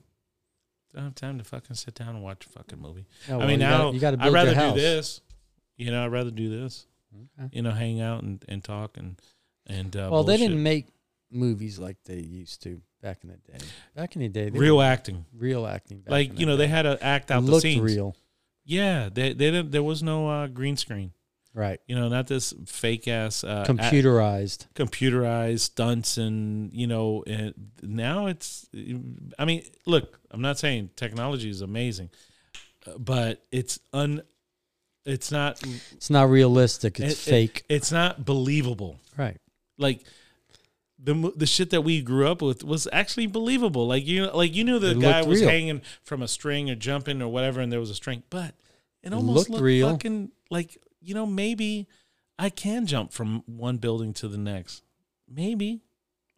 S2: I don't have time to fucking sit down and watch a fucking movie.
S4: Oh,
S2: I
S4: well,
S2: mean,
S4: you gotta-
S2: now
S4: you
S2: I'd
S4: gotta build your
S2: rather
S4: house.
S2: do this. You know, I'd rather do this.
S4: Okay.
S2: You know, hang out and, and talk and and uh,
S4: well, they
S2: bullshit.
S4: didn't make movies like they used to back in the day. Back in the day, they
S2: real
S4: were
S2: acting.
S4: real acting. Back
S2: Like
S4: in
S2: you
S4: the
S2: know, they
S4: day.
S2: had to act out the
S4: looked
S2: scenes.
S4: real,
S2: Yeah, they they didn't. There was no uh, green screen.
S4: right?
S2: You know, not this fake ass uh, act-
S4: Computerized.
S2: computerized stunts and you know and now it's i mean look i'm not saying technology is amazing uh, but it's un it's not
S4: It's not realistic. It's
S2: it-
S4: fake,
S2: it- it's not believable
S4: right?
S2: like the mo- the shit that we grew up with was actually believable like you like you knew the
S4: It
S2: guy
S4: looked
S2: was
S4: real.
S2: hanging from a string or jumping or whatever and there was a string but it almost
S4: looked
S2: looked
S4: real.
S2: fucking like you know maybe i can jump from one building to the next maybe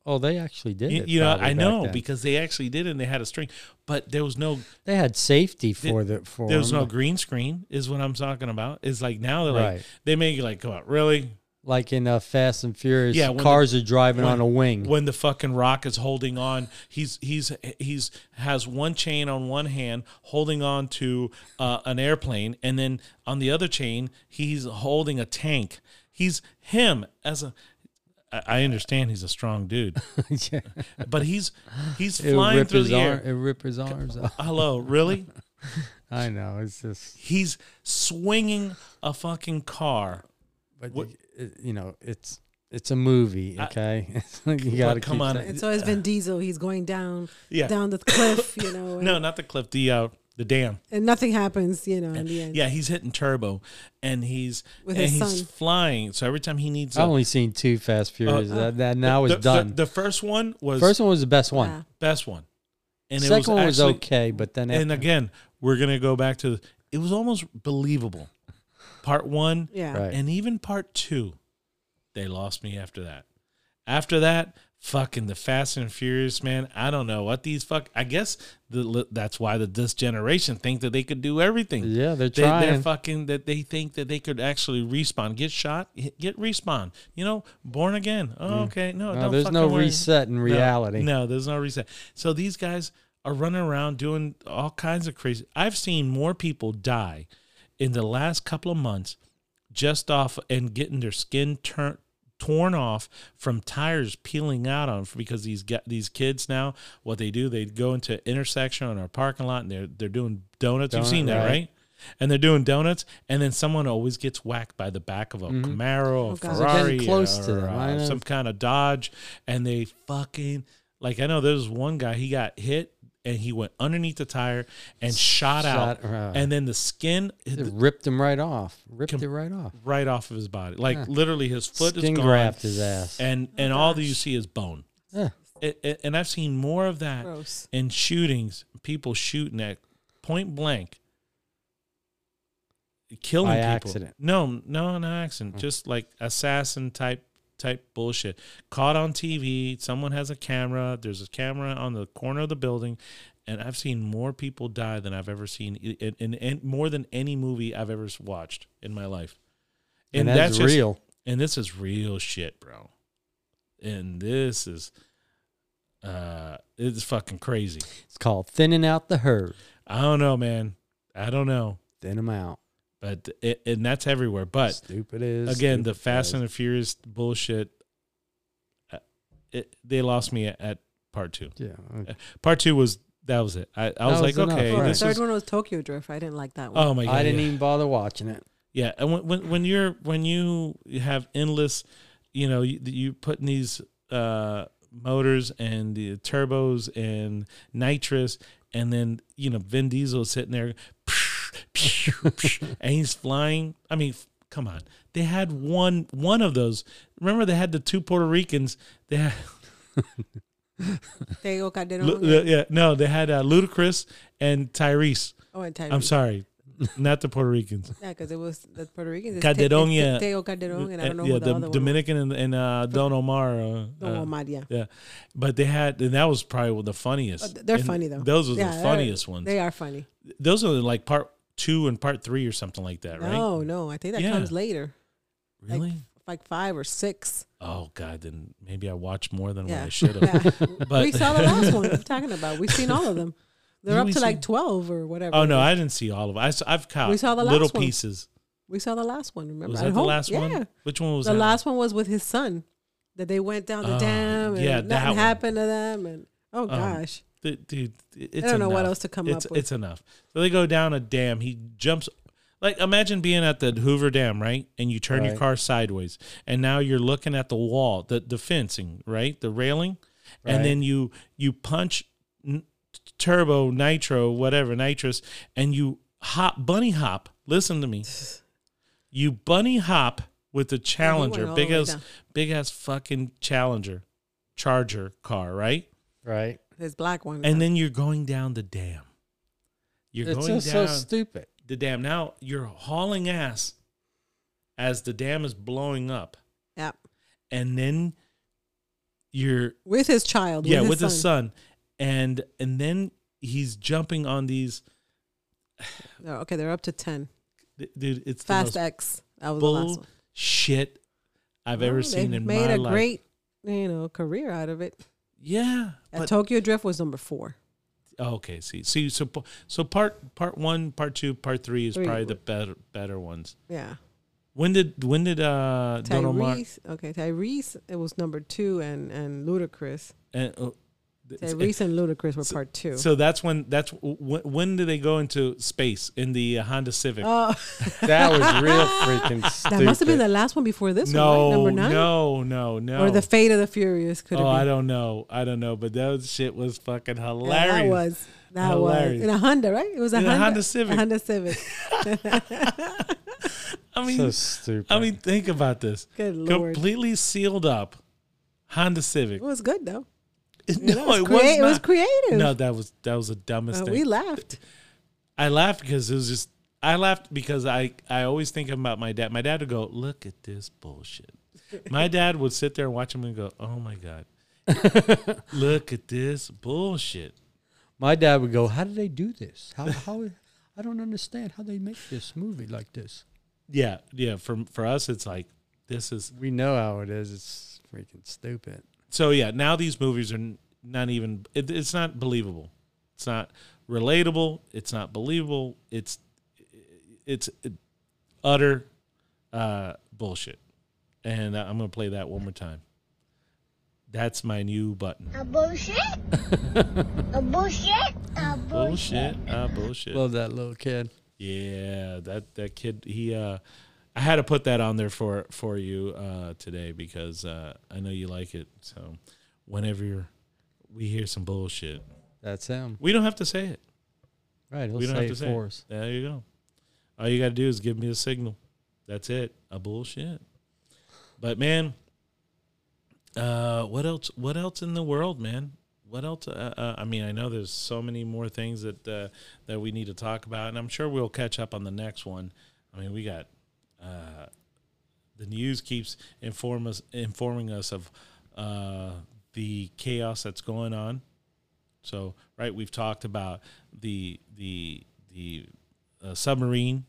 S4: Oh, they actually did.
S2: you,
S4: it
S2: you know,
S4: probably
S2: I
S4: back
S2: know
S4: then.
S2: because they actually did, and they had a string, but there was no
S4: they had safety
S2: th-
S4: for the for
S2: there was no
S4: them. uh,
S2: green screen. Is what I'm talking about. It's like now they're like
S4: Right.
S2: they make you like, come on, really?
S4: like in uh, Fast and Furious.
S2: Yeah,
S4: Yeah,
S2: when the-
S4: cars are driving
S2: when-
S4: on a wing. [laughs]
S2: When the fucking rock is holding on, he's he's he's has one chain on one hand holding on to uh, an airplane, and then on the other chain he's holding a tank. He's him as a. I I understand he's a strong dude, [laughs]
S4: yeah.
S2: but he's he's
S4: It would
S2: flying
S4: rip
S2: through
S4: his
S2: the
S4: arm.
S2: air.
S4: It rip his arms. off.
S2: Hello, really?
S4: I know. It's just,
S2: he's swinging a fucking car.
S4: but
S2: What-
S4: you, it- you know, it's it's a movie.
S2: I-
S4: Okay, [laughs] you got to
S2: come on.
S3: It's always Vin Diesel. He's going down,
S2: Yeah.
S3: down the cliff,
S2: [laughs]
S3: you know. And,
S2: No, not the cliff. The uh, the dam.
S3: and nothing happens, you know. In the end,
S2: Yeah, he's hitting turbo, and he's
S3: With
S2: and
S3: his
S2: he's
S3: son.
S2: flying. So every time he needs, a-
S4: I've only seen two
S2: Uh,
S4: Fast Furious. that, that now
S2: the,
S4: is
S2: the-
S4: done.
S2: The, first one was
S4: First one was the best one.
S3: Yeah.
S2: best one, and
S4: Second one was
S2: actually-
S4: okay, but then
S2: And
S4: after,
S2: again, we're gonna go back to it was almost believable. Part one,
S3: yeah.
S4: Right.
S2: and even part two, they lost me after that. After that, fucking the Fast and Furious, man. I don't know what these fuck. I guess the, that's why the this generation think that they could do everything.
S4: Yeah, they're
S2: They, they're
S4: trying.
S2: fucking that they think that they could actually respawn, get shot, hit- get respawn. You know, born again. Oh, okay, no,
S4: Mm. No,
S2: don't
S4: there's no
S2: fucking worry.
S4: reset in
S2: No,
S4: reality.
S2: No, there's no reset. So these guys are running around doing all kinds of crazy. I've seen more people die in the last couple of months just off and getting their skin turned torn off from tires peeling out on because these gu- these kids now what they do they go into intersection on our parking lot and they're they're doing donuts you've
S4: Donut,
S2: seen that
S4: right.
S2: right and they're doing donuts and then someone always gets whacked by the back of a Camaro a
S3: God.
S4: Mm-hmm. Oh, They're getting
S2: Ferrari
S4: close
S2: or,
S4: to them. I
S2: uh,
S4: know.
S2: some kind of Dodge and they fucking like I know there was one guy he got hit and he went underneath the tire and shot, out
S4: Shot, uh,
S2: and then the skin
S4: it ripped him right off. Ripped it right off.
S2: right off of his body. Like literally his foot
S4: Skin
S2: is gone.
S4: graft his ass.
S2: And and all that you see is bone.
S4: Yeah.
S2: it, it- and I've seen more of that
S3: Gross.
S2: in shootings. People shooting at point blank, killing
S4: By
S2: people.
S4: accident. Mm.
S2: No, no, not accident. Just like assassin type type bullshit. Caught on TV. Someone has a camera. There's a camera on the corner of the building, and I've seen more people die than I've ever seen in, in, in, more than any movie I've ever watched in my life.
S4: And that's
S2: just-
S4: real.
S2: and this is real shit, bro. And this is uh it's fucking crazy.
S4: It's called thinning out the herd.
S2: I don't know, man. I don't know.
S4: Thin them out.
S2: But it, and that's everywhere. But
S4: Stupid is
S2: again, the
S4: stupid
S2: Fast
S4: does.
S2: and the Furious bullshit. uh, It, they lost me at, at part two.
S4: Yeah,
S2: Uh,
S4: okay.
S2: part two was that was it. I, I was,
S4: was
S2: like,
S4: enough,
S2: okay,
S4: right.
S3: The
S2: this
S3: third
S2: is,
S3: one was Tokyo Drift. I didn't like that one.
S2: oh my god,
S4: I didn't
S2: yeah.
S4: even bother watching it.
S2: Yeah, and when when, when you're when you have endless, you know, you, you putting these uh, motors and the turbos and nitrous, and then you know Vin Diesel is sitting there, [laughs] and he's flying. I mean, f- come on, they had one one of those. Remember, they had the two Puerto Ricans. They had
S3: They all got their
S2: Lu-
S3: own-
S2: yeah, no, they had uh, Ludacris and Tyrese.
S3: Oh, and
S2: I'm
S3: Tyrese.
S2: sorry, not the Puerto Ricans.
S3: Yeah, because it was the Puerto Ricans. it's Te- it's
S2: Calderon,
S3: Te-
S2: yeah.
S3: Teo Calderon, and I
S2: Uh,
S3: don't know
S2: yeah,
S3: who the, other
S2: Dominican and, and uh, Don Omar. Uh,
S3: Don
S2: uh,
S3: Omar, yeah.
S2: But they had, and that was probably one of the
S3: one.
S2: funniest.
S3: was. Uh, They're
S2: And
S3: funny though.
S2: Those were
S3: Yeah,
S2: the
S3: they're-
S2: funniest ones.
S3: They are funny.
S2: Those are like part two and part three or something like that, right?
S3: No, no, I think that
S2: Yeah.
S3: comes later. Like-
S2: Really?
S3: Like, five or six.
S2: oh God, then maybe I watched more than what
S3: Yeah.
S2: I should have.
S3: Yeah.
S2: [laughs] But-
S3: we saw the last
S2: [laughs]
S3: one. I'm talking about. We've seen all of them. They're
S2: Did
S3: up
S2: we
S3: to
S2: see-
S3: like twelve or whatever.
S2: Oh no,
S3: it
S2: I
S3: is.
S2: didn't see all of. It. I s- I've caught
S3: We saw the
S2: little
S3: last one.
S2: pieces.
S3: we saw the last one. Remember?
S2: Was
S3: At
S2: that the
S3: home.
S2: last
S3: Yeah.
S2: one? Which one was
S3: the
S2: that?
S3: last one was with his son. That they went down the
S2: Oh,
S3: dam and
S2: yeah, that
S3: nothing
S2: one.
S3: happened to them. And oh
S2: Um,
S3: gosh,
S2: Th- dude, it's
S3: don't know what
S2: enough.
S3: else to come
S2: it's,
S3: up with.
S2: It's enough. So they go down a dam. He jumps. Like imagine being at the Hoover Dam, right? And you turn your
S4: Right.
S2: car sideways, and now you're looking at the wall, the the fencing, right, the railing, and
S4: Right.
S2: then you you punch n- turbo, nitro, whatever, nitrous, and you hop, bunny hop. Listen
S3: [sighs]
S2: to me, you bunny hop with the Challenger,
S3: all
S2: big
S3: the way
S2: ass,
S3: down.
S2: big ass fucking Challenger, Charger car, right?
S4: Right.
S3: his black one.
S2: and then you're going down the dam. You're
S4: it's
S2: going
S4: just
S2: down
S4: so stupid.
S2: the dam. Now you're hauling ass as the dam is blowing up,
S3: yeah,
S2: and then you're
S3: with his child.
S2: yeah with his son, and and then he's jumping on these.
S3: Oh, okay, they're up to ten.
S2: d- Dude, it's the
S3: Fast
S2: most
S3: X. That was the last one.
S2: bullshit I've ever
S3: Well,
S2: seen
S3: they've
S2: in
S3: Oh, made
S2: my
S3: a
S2: life.
S3: great, you know, career out of it.
S2: yeah,
S3: And
S2: but
S3: Tokyo Drift was number four.
S2: Oh, okay. See, see, so p- so part part one, part two, part three is
S3: Three.
S2: probably the better better ones.
S3: Yeah,
S2: When did when did uh Don Omar
S3: Tyrese. Okay, Tyrese. It was number two, and and Ludacris.
S2: and uh, th-
S3: Tyrese and Ludacris were
S2: so-
S3: part two.
S2: So that's when that's when, when do they go into space in the uh, Honda Civic?
S3: Oh,
S4: That was real freaking
S2: [laughs]
S4: stupid.
S3: that must have been the last one before this
S2: no,
S3: one, right? number nine,
S2: no, no, no.
S3: or the Fate of the Furious. Could it
S2: oh,
S3: be?
S2: I don't know, I don't know, but that shit was fucking
S3: Yeah,
S2: hilarious.
S3: that was that
S2: Hilarious.
S3: was in a Honda, right? It was a
S2: In a
S3: Honda,
S2: Honda Civic.
S3: A
S2: [laughs]
S3: Honda Civic. [laughs]
S2: I mean,
S4: so stupid.
S2: I mean, think about this.
S3: Good lord,
S2: Completely sealed up Honda Civic.
S3: it was good though.
S2: [laughs] no, it was,
S3: crea- it was
S2: not.
S3: creative.
S2: No, that was that was the dumbest
S3: Uh,
S2: thing.
S3: we laughed.
S2: I laughed because it was just I laughed because I I always think about my dad. My dad would go, "Look at this bullshit." My dad would sit there and watch him and go, "Oh my god, look at this bullshit."
S4: My dad would go, "How do they do this? How how I don't understand how they make this movie like this."
S2: Yeah, yeah. For for us, it's like this is
S4: We know how it is. It's freaking stupid.
S2: so. Yeah, now these movies are n- not even. It, it's not believable. It's not relatable. It's not believable. It's it's utter uh, bullshit. And uh, I'm gonna play that one more time. That's my new button.
S7: A bullshit. A bullshit. A bullshit.
S2: Bullshit. Ah, bullshit.
S4: Love that little kid.
S2: yeah, that that kid. He. Uh, I had to put that on there for for you uh, today because uh, I know you like it. So, whenever you're, we hear some bullshit,
S4: That's him.
S2: we don't have to say it.
S4: Right. He'll
S2: we don't
S4: say
S2: have to
S4: it
S2: say
S4: for
S2: it.
S4: us.
S2: There you go. All you got to do is give me a signal. That's it. A bullshit. But man, Uh, what else? What else in the world, man? What else? Uh, uh, I mean, I know there's so many more things that uh, that we need to talk about, and I'm sure we'll catch up on the next one. I mean, we got uh, the news keeps inform us, informing us of uh, the chaos that's going on. So, right, we've talked about the the the uh, submarine.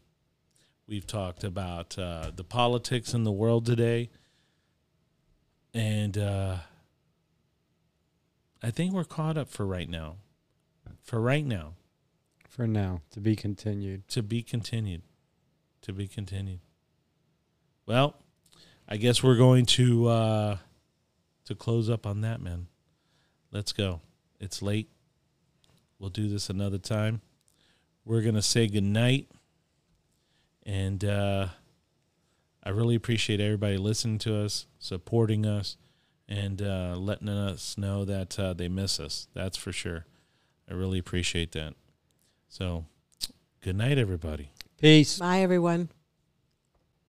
S2: We've talked about uh, the politics in the world today, and uh, I think we're caught up for right now. For right now,
S4: For now, to be continued.
S2: to be continued. To be continued. Well, I guess we're going to uh to close up on that, man. Let's go. It's late. We'll do this another time. We're gonna say goodnight. And uh I really appreciate everybody listening to us, supporting us, and uh, letting us know that uh, they miss us. That's for sure. I really appreciate that. So, good night, everybody.
S4: Peace.
S3: Bye, everyone.